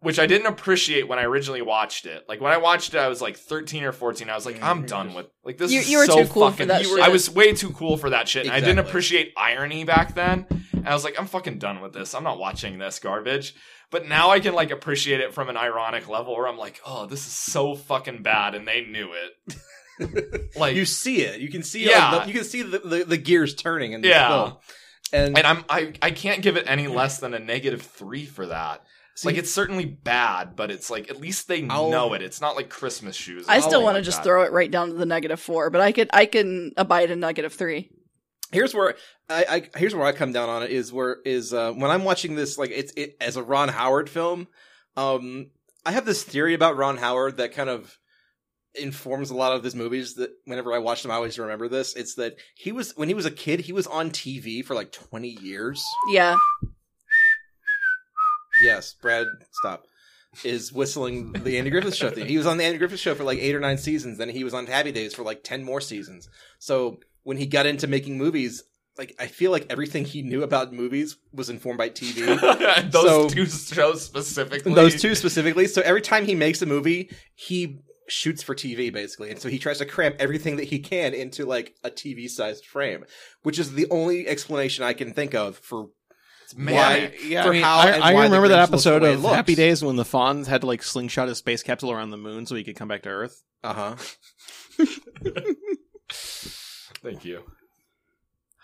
Speaker 4: Which I didn't appreciate when I originally watched it. Like when I watched it, I was like 13 or 14. I was like,
Speaker 2: Mm,
Speaker 4: I'm
Speaker 2: you're
Speaker 4: done
Speaker 2: just-
Speaker 4: with. Like this
Speaker 3: You-
Speaker 4: is
Speaker 3: you were
Speaker 4: so
Speaker 3: too cool for
Speaker 4: fucking.
Speaker 3: that
Speaker 4: you were-
Speaker 3: shit.
Speaker 4: I was way too cool for that shit, and I didn't
Speaker 2: Exactly.
Speaker 4: appreciate irony back then. And I was like, I'm fucking done with this. I'm not watching this garbage. But now I can like appreciate it from an ironic level, where I'm like, oh, this is so fucking bad, and they knew it. like,
Speaker 2: You see it. You can see.
Speaker 4: Yeah.
Speaker 2: Like, the, you can see the, the, the gears turning in the
Speaker 4: Yeah.
Speaker 2: film. And,
Speaker 4: and I'm I I can't give it any less than a negative three for that.
Speaker 2: See-
Speaker 4: like it's certainly bad, but it's like at least they
Speaker 2: I'll-
Speaker 4: know it. It's not like Christmas shoes. or
Speaker 2: Oh
Speaker 3: I still
Speaker 4: something
Speaker 3: want to
Speaker 4: like
Speaker 3: just
Speaker 4: that.
Speaker 3: throw it right down to the negative four, but I could I can abide a negative three.
Speaker 2: here's where I, I here's where I come down on it is where is uh, when I'm watching this like it's it as a Ron Howard film. Um, I have this theory about Ron Howard that kind of informs a lot of his movies that whenever I watch them I always remember this. It's that he was when he was a kid he was on TV for like 20 years.
Speaker 3: Yeah.
Speaker 2: Yes, Brad, stop. Is whistling the Andy Griffith Show theme. He was on the Andy Griffith Show for like eight or nine seasons, then he was on Happy Days for like ten more seasons. So when he got into making movies, like I feel like everything he knew about movies was informed by TV.
Speaker 4: those
Speaker 2: So-
Speaker 4: two shows specifically.
Speaker 2: Those two specifically. So every time he makes a movie, he shoots for TV basically, and so he tries to cram everything that he can into like a TV sized frame, which is the only explanation I can think of for
Speaker 4: Man,
Speaker 2: why.
Speaker 6: Yeah,
Speaker 2: for
Speaker 6: I, mean,
Speaker 2: how
Speaker 6: I,
Speaker 2: and
Speaker 6: I
Speaker 2: why the
Speaker 6: remember that
Speaker 2: Grinch looks the
Speaker 6: episode
Speaker 2: way it
Speaker 6: of
Speaker 2: looks.
Speaker 6: Happy Days when the Fonz had to like slingshot his space capsule around the moon so he could come back to Earth.
Speaker 2: Uh huh.
Speaker 4: Thank you.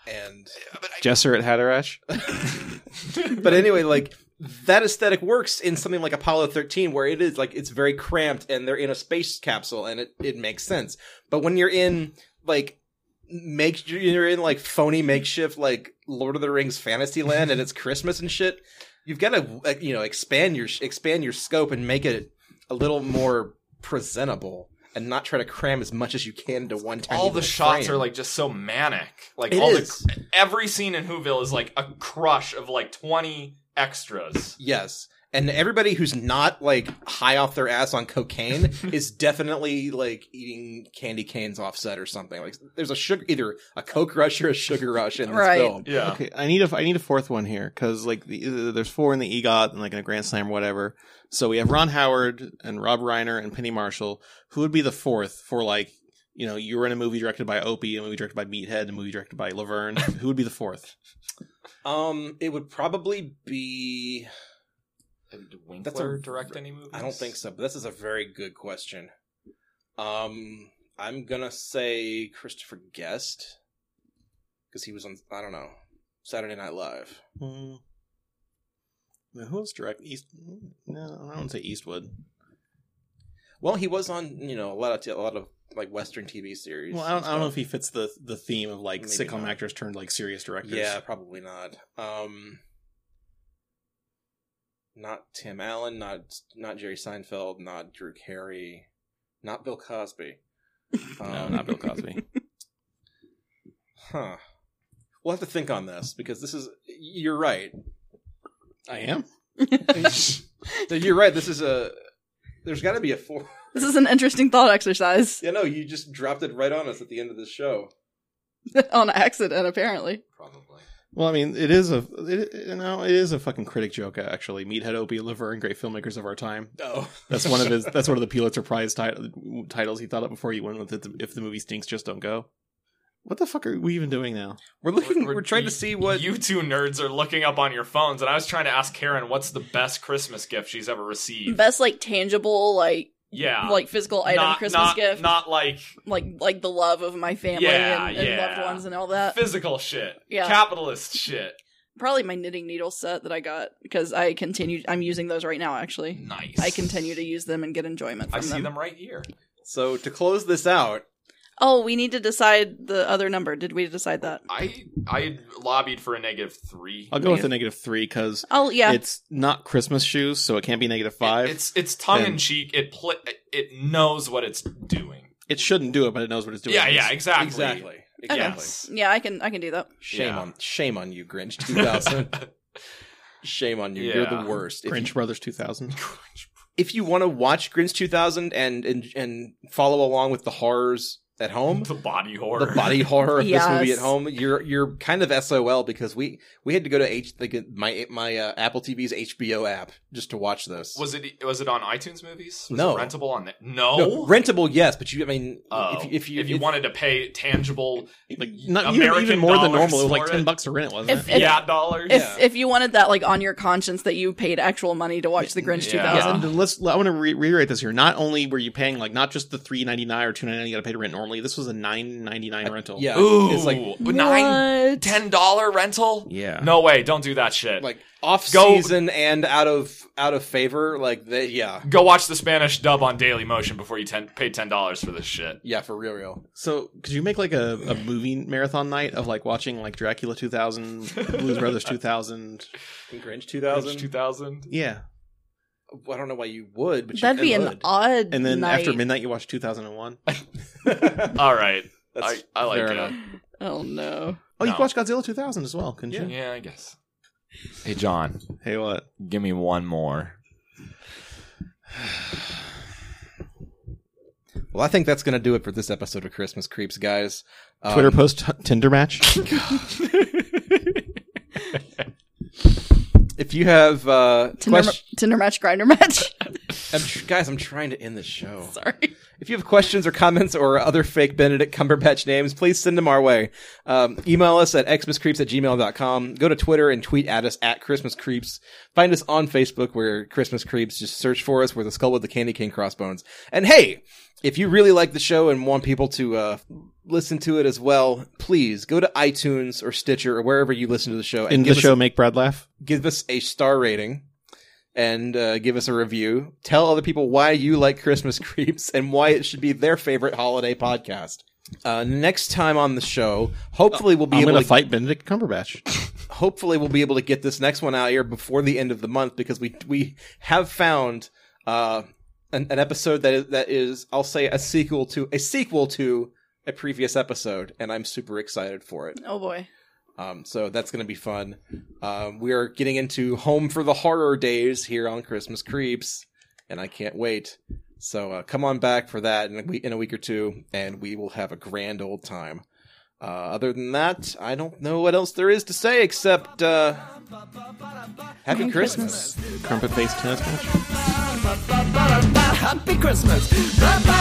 Speaker 2: And
Speaker 6: Jesser at Hatterash.
Speaker 2: but anyway, like that aesthetic works in something like Apollo 13, where it is like it's very cramped and they're in a space capsule and it, it makes sense. But when you're in like make you're in like phony makeshift like Lord of the Rings fantasy land and it's Christmas and shit, you've got to you know expand your expand your scope and make it a little more presentable and not try to cram as much as you can into one time.
Speaker 4: All the shots are like just so manic. Like
Speaker 2: It
Speaker 4: all
Speaker 2: is.
Speaker 4: the every scene in Whoville is like a crush of like twenty extras.
Speaker 2: Yes. And everybody who's not like high off their ass on cocaine is definitely like eating candy canes offset or something. Like there's a sugar either a coke rush or a sugar rush in this
Speaker 3: Right.
Speaker 2: film.
Speaker 4: Yeah.
Speaker 6: Okay, I need a I need a fourth one here because like the, uh, there's four in the EGOT and like in a Grand Slam or whatever. So we have Ron Howard and Rob Reiner and Penny Marshall. Who would be the fourth for like you know you were in a movie directed by Opie, a movie directed by Meathead, a movie directed by Laverne. Who would be the fourth?
Speaker 2: Um it would probably be
Speaker 4: Did
Speaker 2: That's a-
Speaker 4: Winkler direct any movies?
Speaker 2: I don't think so, but this is a very good question. Um, I'm gonna say Christopher Guest because he was on. I don't know Saturday Night Live.
Speaker 6: Hmm. Now, who else direct East? No, I don't say Eastwood.
Speaker 2: Well, he was on you know a lot of t- a lot of like Western TV series.
Speaker 6: Well, I don't,
Speaker 2: and
Speaker 6: I don't know if
Speaker 2: stuff.
Speaker 6: he fits the the theme of like
Speaker 2: Maybe
Speaker 6: sitcom
Speaker 2: not.
Speaker 6: actors turned like serious directors.
Speaker 2: Yeah, probably not. Um, not Tim Allen. Not not Jerry Seinfeld. Not Drew Carey. Not Bill Cosby.
Speaker 6: no, not Bill Cosby.
Speaker 2: Huh. We'll have to think on this because this is. You're right.
Speaker 6: I am.
Speaker 2: No, You're right. This is a. There's got to be a four.
Speaker 3: This is an interesting thought exercise
Speaker 2: Yeah, no, you just dropped it right on us at the end of the show.
Speaker 3: on accident, apparently.
Speaker 5: Probably.
Speaker 6: Well, I mean, it is a it, it- no, it is a fucking critic joke uh, actually. Meathead, Opie, Laverne, great filmmakers of our time.
Speaker 2: No.
Speaker 6: That's one of his. that's one of the Pulitzer Prize tit- titles he thought up before he went with it. If the movie stinks, just don't go. What the fuck are we even doing now?
Speaker 2: We're looking. We're, trying to see what.
Speaker 4: you two nerds are looking up on your phones, and I was trying to ask Karen what's the best Christmas gift she's ever received.
Speaker 3: Best like tangible, like
Speaker 4: yeah,
Speaker 3: like physical item
Speaker 4: not,
Speaker 3: Christmas
Speaker 4: not-
Speaker 3: gift,
Speaker 4: not like
Speaker 3: like like the love of my family
Speaker 4: Yeah,
Speaker 3: and, and
Speaker 4: yeah.
Speaker 3: loved ones and all that.
Speaker 4: physical shit,
Speaker 3: Yeah.
Speaker 4: capitalist shit.
Speaker 3: Probably my knitting needle set that I got because I continue. I'm using those right now. Actually,
Speaker 4: Nice.
Speaker 3: I continue to use them and get enjoyment from
Speaker 4: I see them right here.
Speaker 2: So to close this out,
Speaker 3: Oh, we need to decide the other number. Did we decide that?
Speaker 4: I I lobbied for a negative three.
Speaker 6: I'll go with the negative three because
Speaker 3: Oh yeah,
Speaker 6: it's not Christmas shoes, so it can't be negative five. It,
Speaker 4: It's it's tongue in cheek. It pl- it knows what it's doing.
Speaker 6: shouldn't do it, but it knows what it's doing.
Speaker 4: yeah, yeah, exactly.
Speaker 2: exactly. Exactly.
Speaker 4: Yes.
Speaker 3: yeah. I can I can do that.
Speaker 2: Shame
Speaker 4: Yeah.
Speaker 2: on. Shame on you, Grinch. Two thousand. shame on you. You're
Speaker 4: Yeah.
Speaker 2: the worst. If,
Speaker 6: Grinch Brothers 2000.
Speaker 2: if you want to watch Grinch two thousand and, and and follow along with the horrors at home,
Speaker 4: The body horror.
Speaker 2: the body horror of this movie at
Speaker 3: Yes.
Speaker 2: home, you're you're kind of SOL because we we had to go to H the, my my uh, Apple TV's HBO app just to watch this.
Speaker 4: Was it was it on iTunes movies? Was
Speaker 2: No.
Speaker 4: it rentable on that. No.
Speaker 2: No, rentable, yes, but you I mean
Speaker 4: Oh.
Speaker 2: if, if you
Speaker 4: wanted to pay tangible like
Speaker 6: Not even,
Speaker 4: American
Speaker 6: even more than
Speaker 4: dollars
Speaker 6: normal. It was
Speaker 4: for
Speaker 6: like 10 bucks a rent, wasn't
Speaker 3: If-
Speaker 6: it?
Speaker 3: if-
Speaker 4: yeah dollars.
Speaker 3: If
Speaker 2: Yeah.
Speaker 3: if you wanted that like on your conscience that you paid actual money to watch The Grinch
Speaker 4: Yeah.
Speaker 3: 2000,
Speaker 6: And let's, I want to re- reiterate this here. Not only were you paying like not just the three ninety nine or two ninety nine you got to pay to rent normally, this was a nine ninety nine rental.
Speaker 2: yeah,
Speaker 4: Ooh,
Speaker 2: it's like
Speaker 4: nine
Speaker 3: What?
Speaker 4: ten dollar rental.
Speaker 6: Yeah.
Speaker 4: No way! Don't do that shit.
Speaker 2: like off season and out of out of favor, like they, yeah,
Speaker 4: Go watch the Spanish dub on Daily Motion before you ten, pay ten dollars for this shit.
Speaker 2: yeah, for real, real.
Speaker 6: So could you make like a, a movie marathon night of like watching like Dracula two thousand, Blues Brothers two thousand?
Speaker 2: Grinch two
Speaker 4: Two
Speaker 2: thousand.
Speaker 4: thousand.
Speaker 6: Yeah.
Speaker 2: I don't know why you would, but you
Speaker 3: that'd be an
Speaker 2: could.
Speaker 3: odd.
Speaker 6: And then
Speaker 3: night.
Speaker 6: after midnight you watch two thousand and one. Oh,
Speaker 4: All right. I,
Speaker 2: That's
Speaker 4: I like
Speaker 2: fair
Speaker 4: it.
Speaker 2: enough.
Speaker 3: Oh no.
Speaker 6: you
Speaker 4: No.
Speaker 6: could watch Godzilla two thousand as well, couldn't you?
Speaker 4: Yeah, I guess. Hey John,
Speaker 6: Hey what?
Speaker 4: give me one more.
Speaker 2: Well, I think that's gonna do it for this episode of Christmas Creeps, guys. Um,
Speaker 6: Twitter post t- Tinder match?
Speaker 2: If you have uh,
Speaker 3: Tinder,
Speaker 2: questions,
Speaker 3: Tinder match, grinder match.
Speaker 2: I'm tr- guys, I'm trying to end the show.
Speaker 3: Sorry.
Speaker 2: If you have questions or comments or other fake Benedict Cumberbatch names, please send them our way. Um, email us at xmascreeps at gmail.com. Go to Twitter and tweet at us at Christmas Creeps. Find us on Facebook where Christmas Creeps. Just search for us. We're the skull with the candy cane crossbones. And hey, if you really like the show and want people to uh, listen to it as well, please go to iTunes or Stitcher or wherever you listen to the show and
Speaker 6: In the
Speaker 2: give us
Speaker 6: show make Brad laugh?
Speaker 2: give us a star rating and uh, give us a review. Tell other people why you like Christmas Creeps and why it should be their favorite holiday podcast. Uh, next time on the show, hopefully we'll be
Speaker 6: I'm
Speaker 2: able
Speaker 6: gonna
Speaker 2: to
Speaker 6: fight Benedict Cumberbatch.
Speaker 2: hopefully we'll be able to get this next one out here before the end of the month because we we have found uh, an, an episode that is, that is I'll say a sequel to a sequel to a previous episode, and I'm super excited for it.
Speaker 3: Oh boy.
Speaker 2: Um, so that's going to be fun. Um, we are getting into home for the horror days here on Christmas Creeps, and I can't wait. So uh, come on back for that in a, week, in a week or two, and we will have a grand old time. Uh, other than that, I don't know what else there is to say except uh, Happy Christmas.
Speaker 6: Crumpet faced tennis match.
Speaker 1: Happy Christmas. Ba, ba,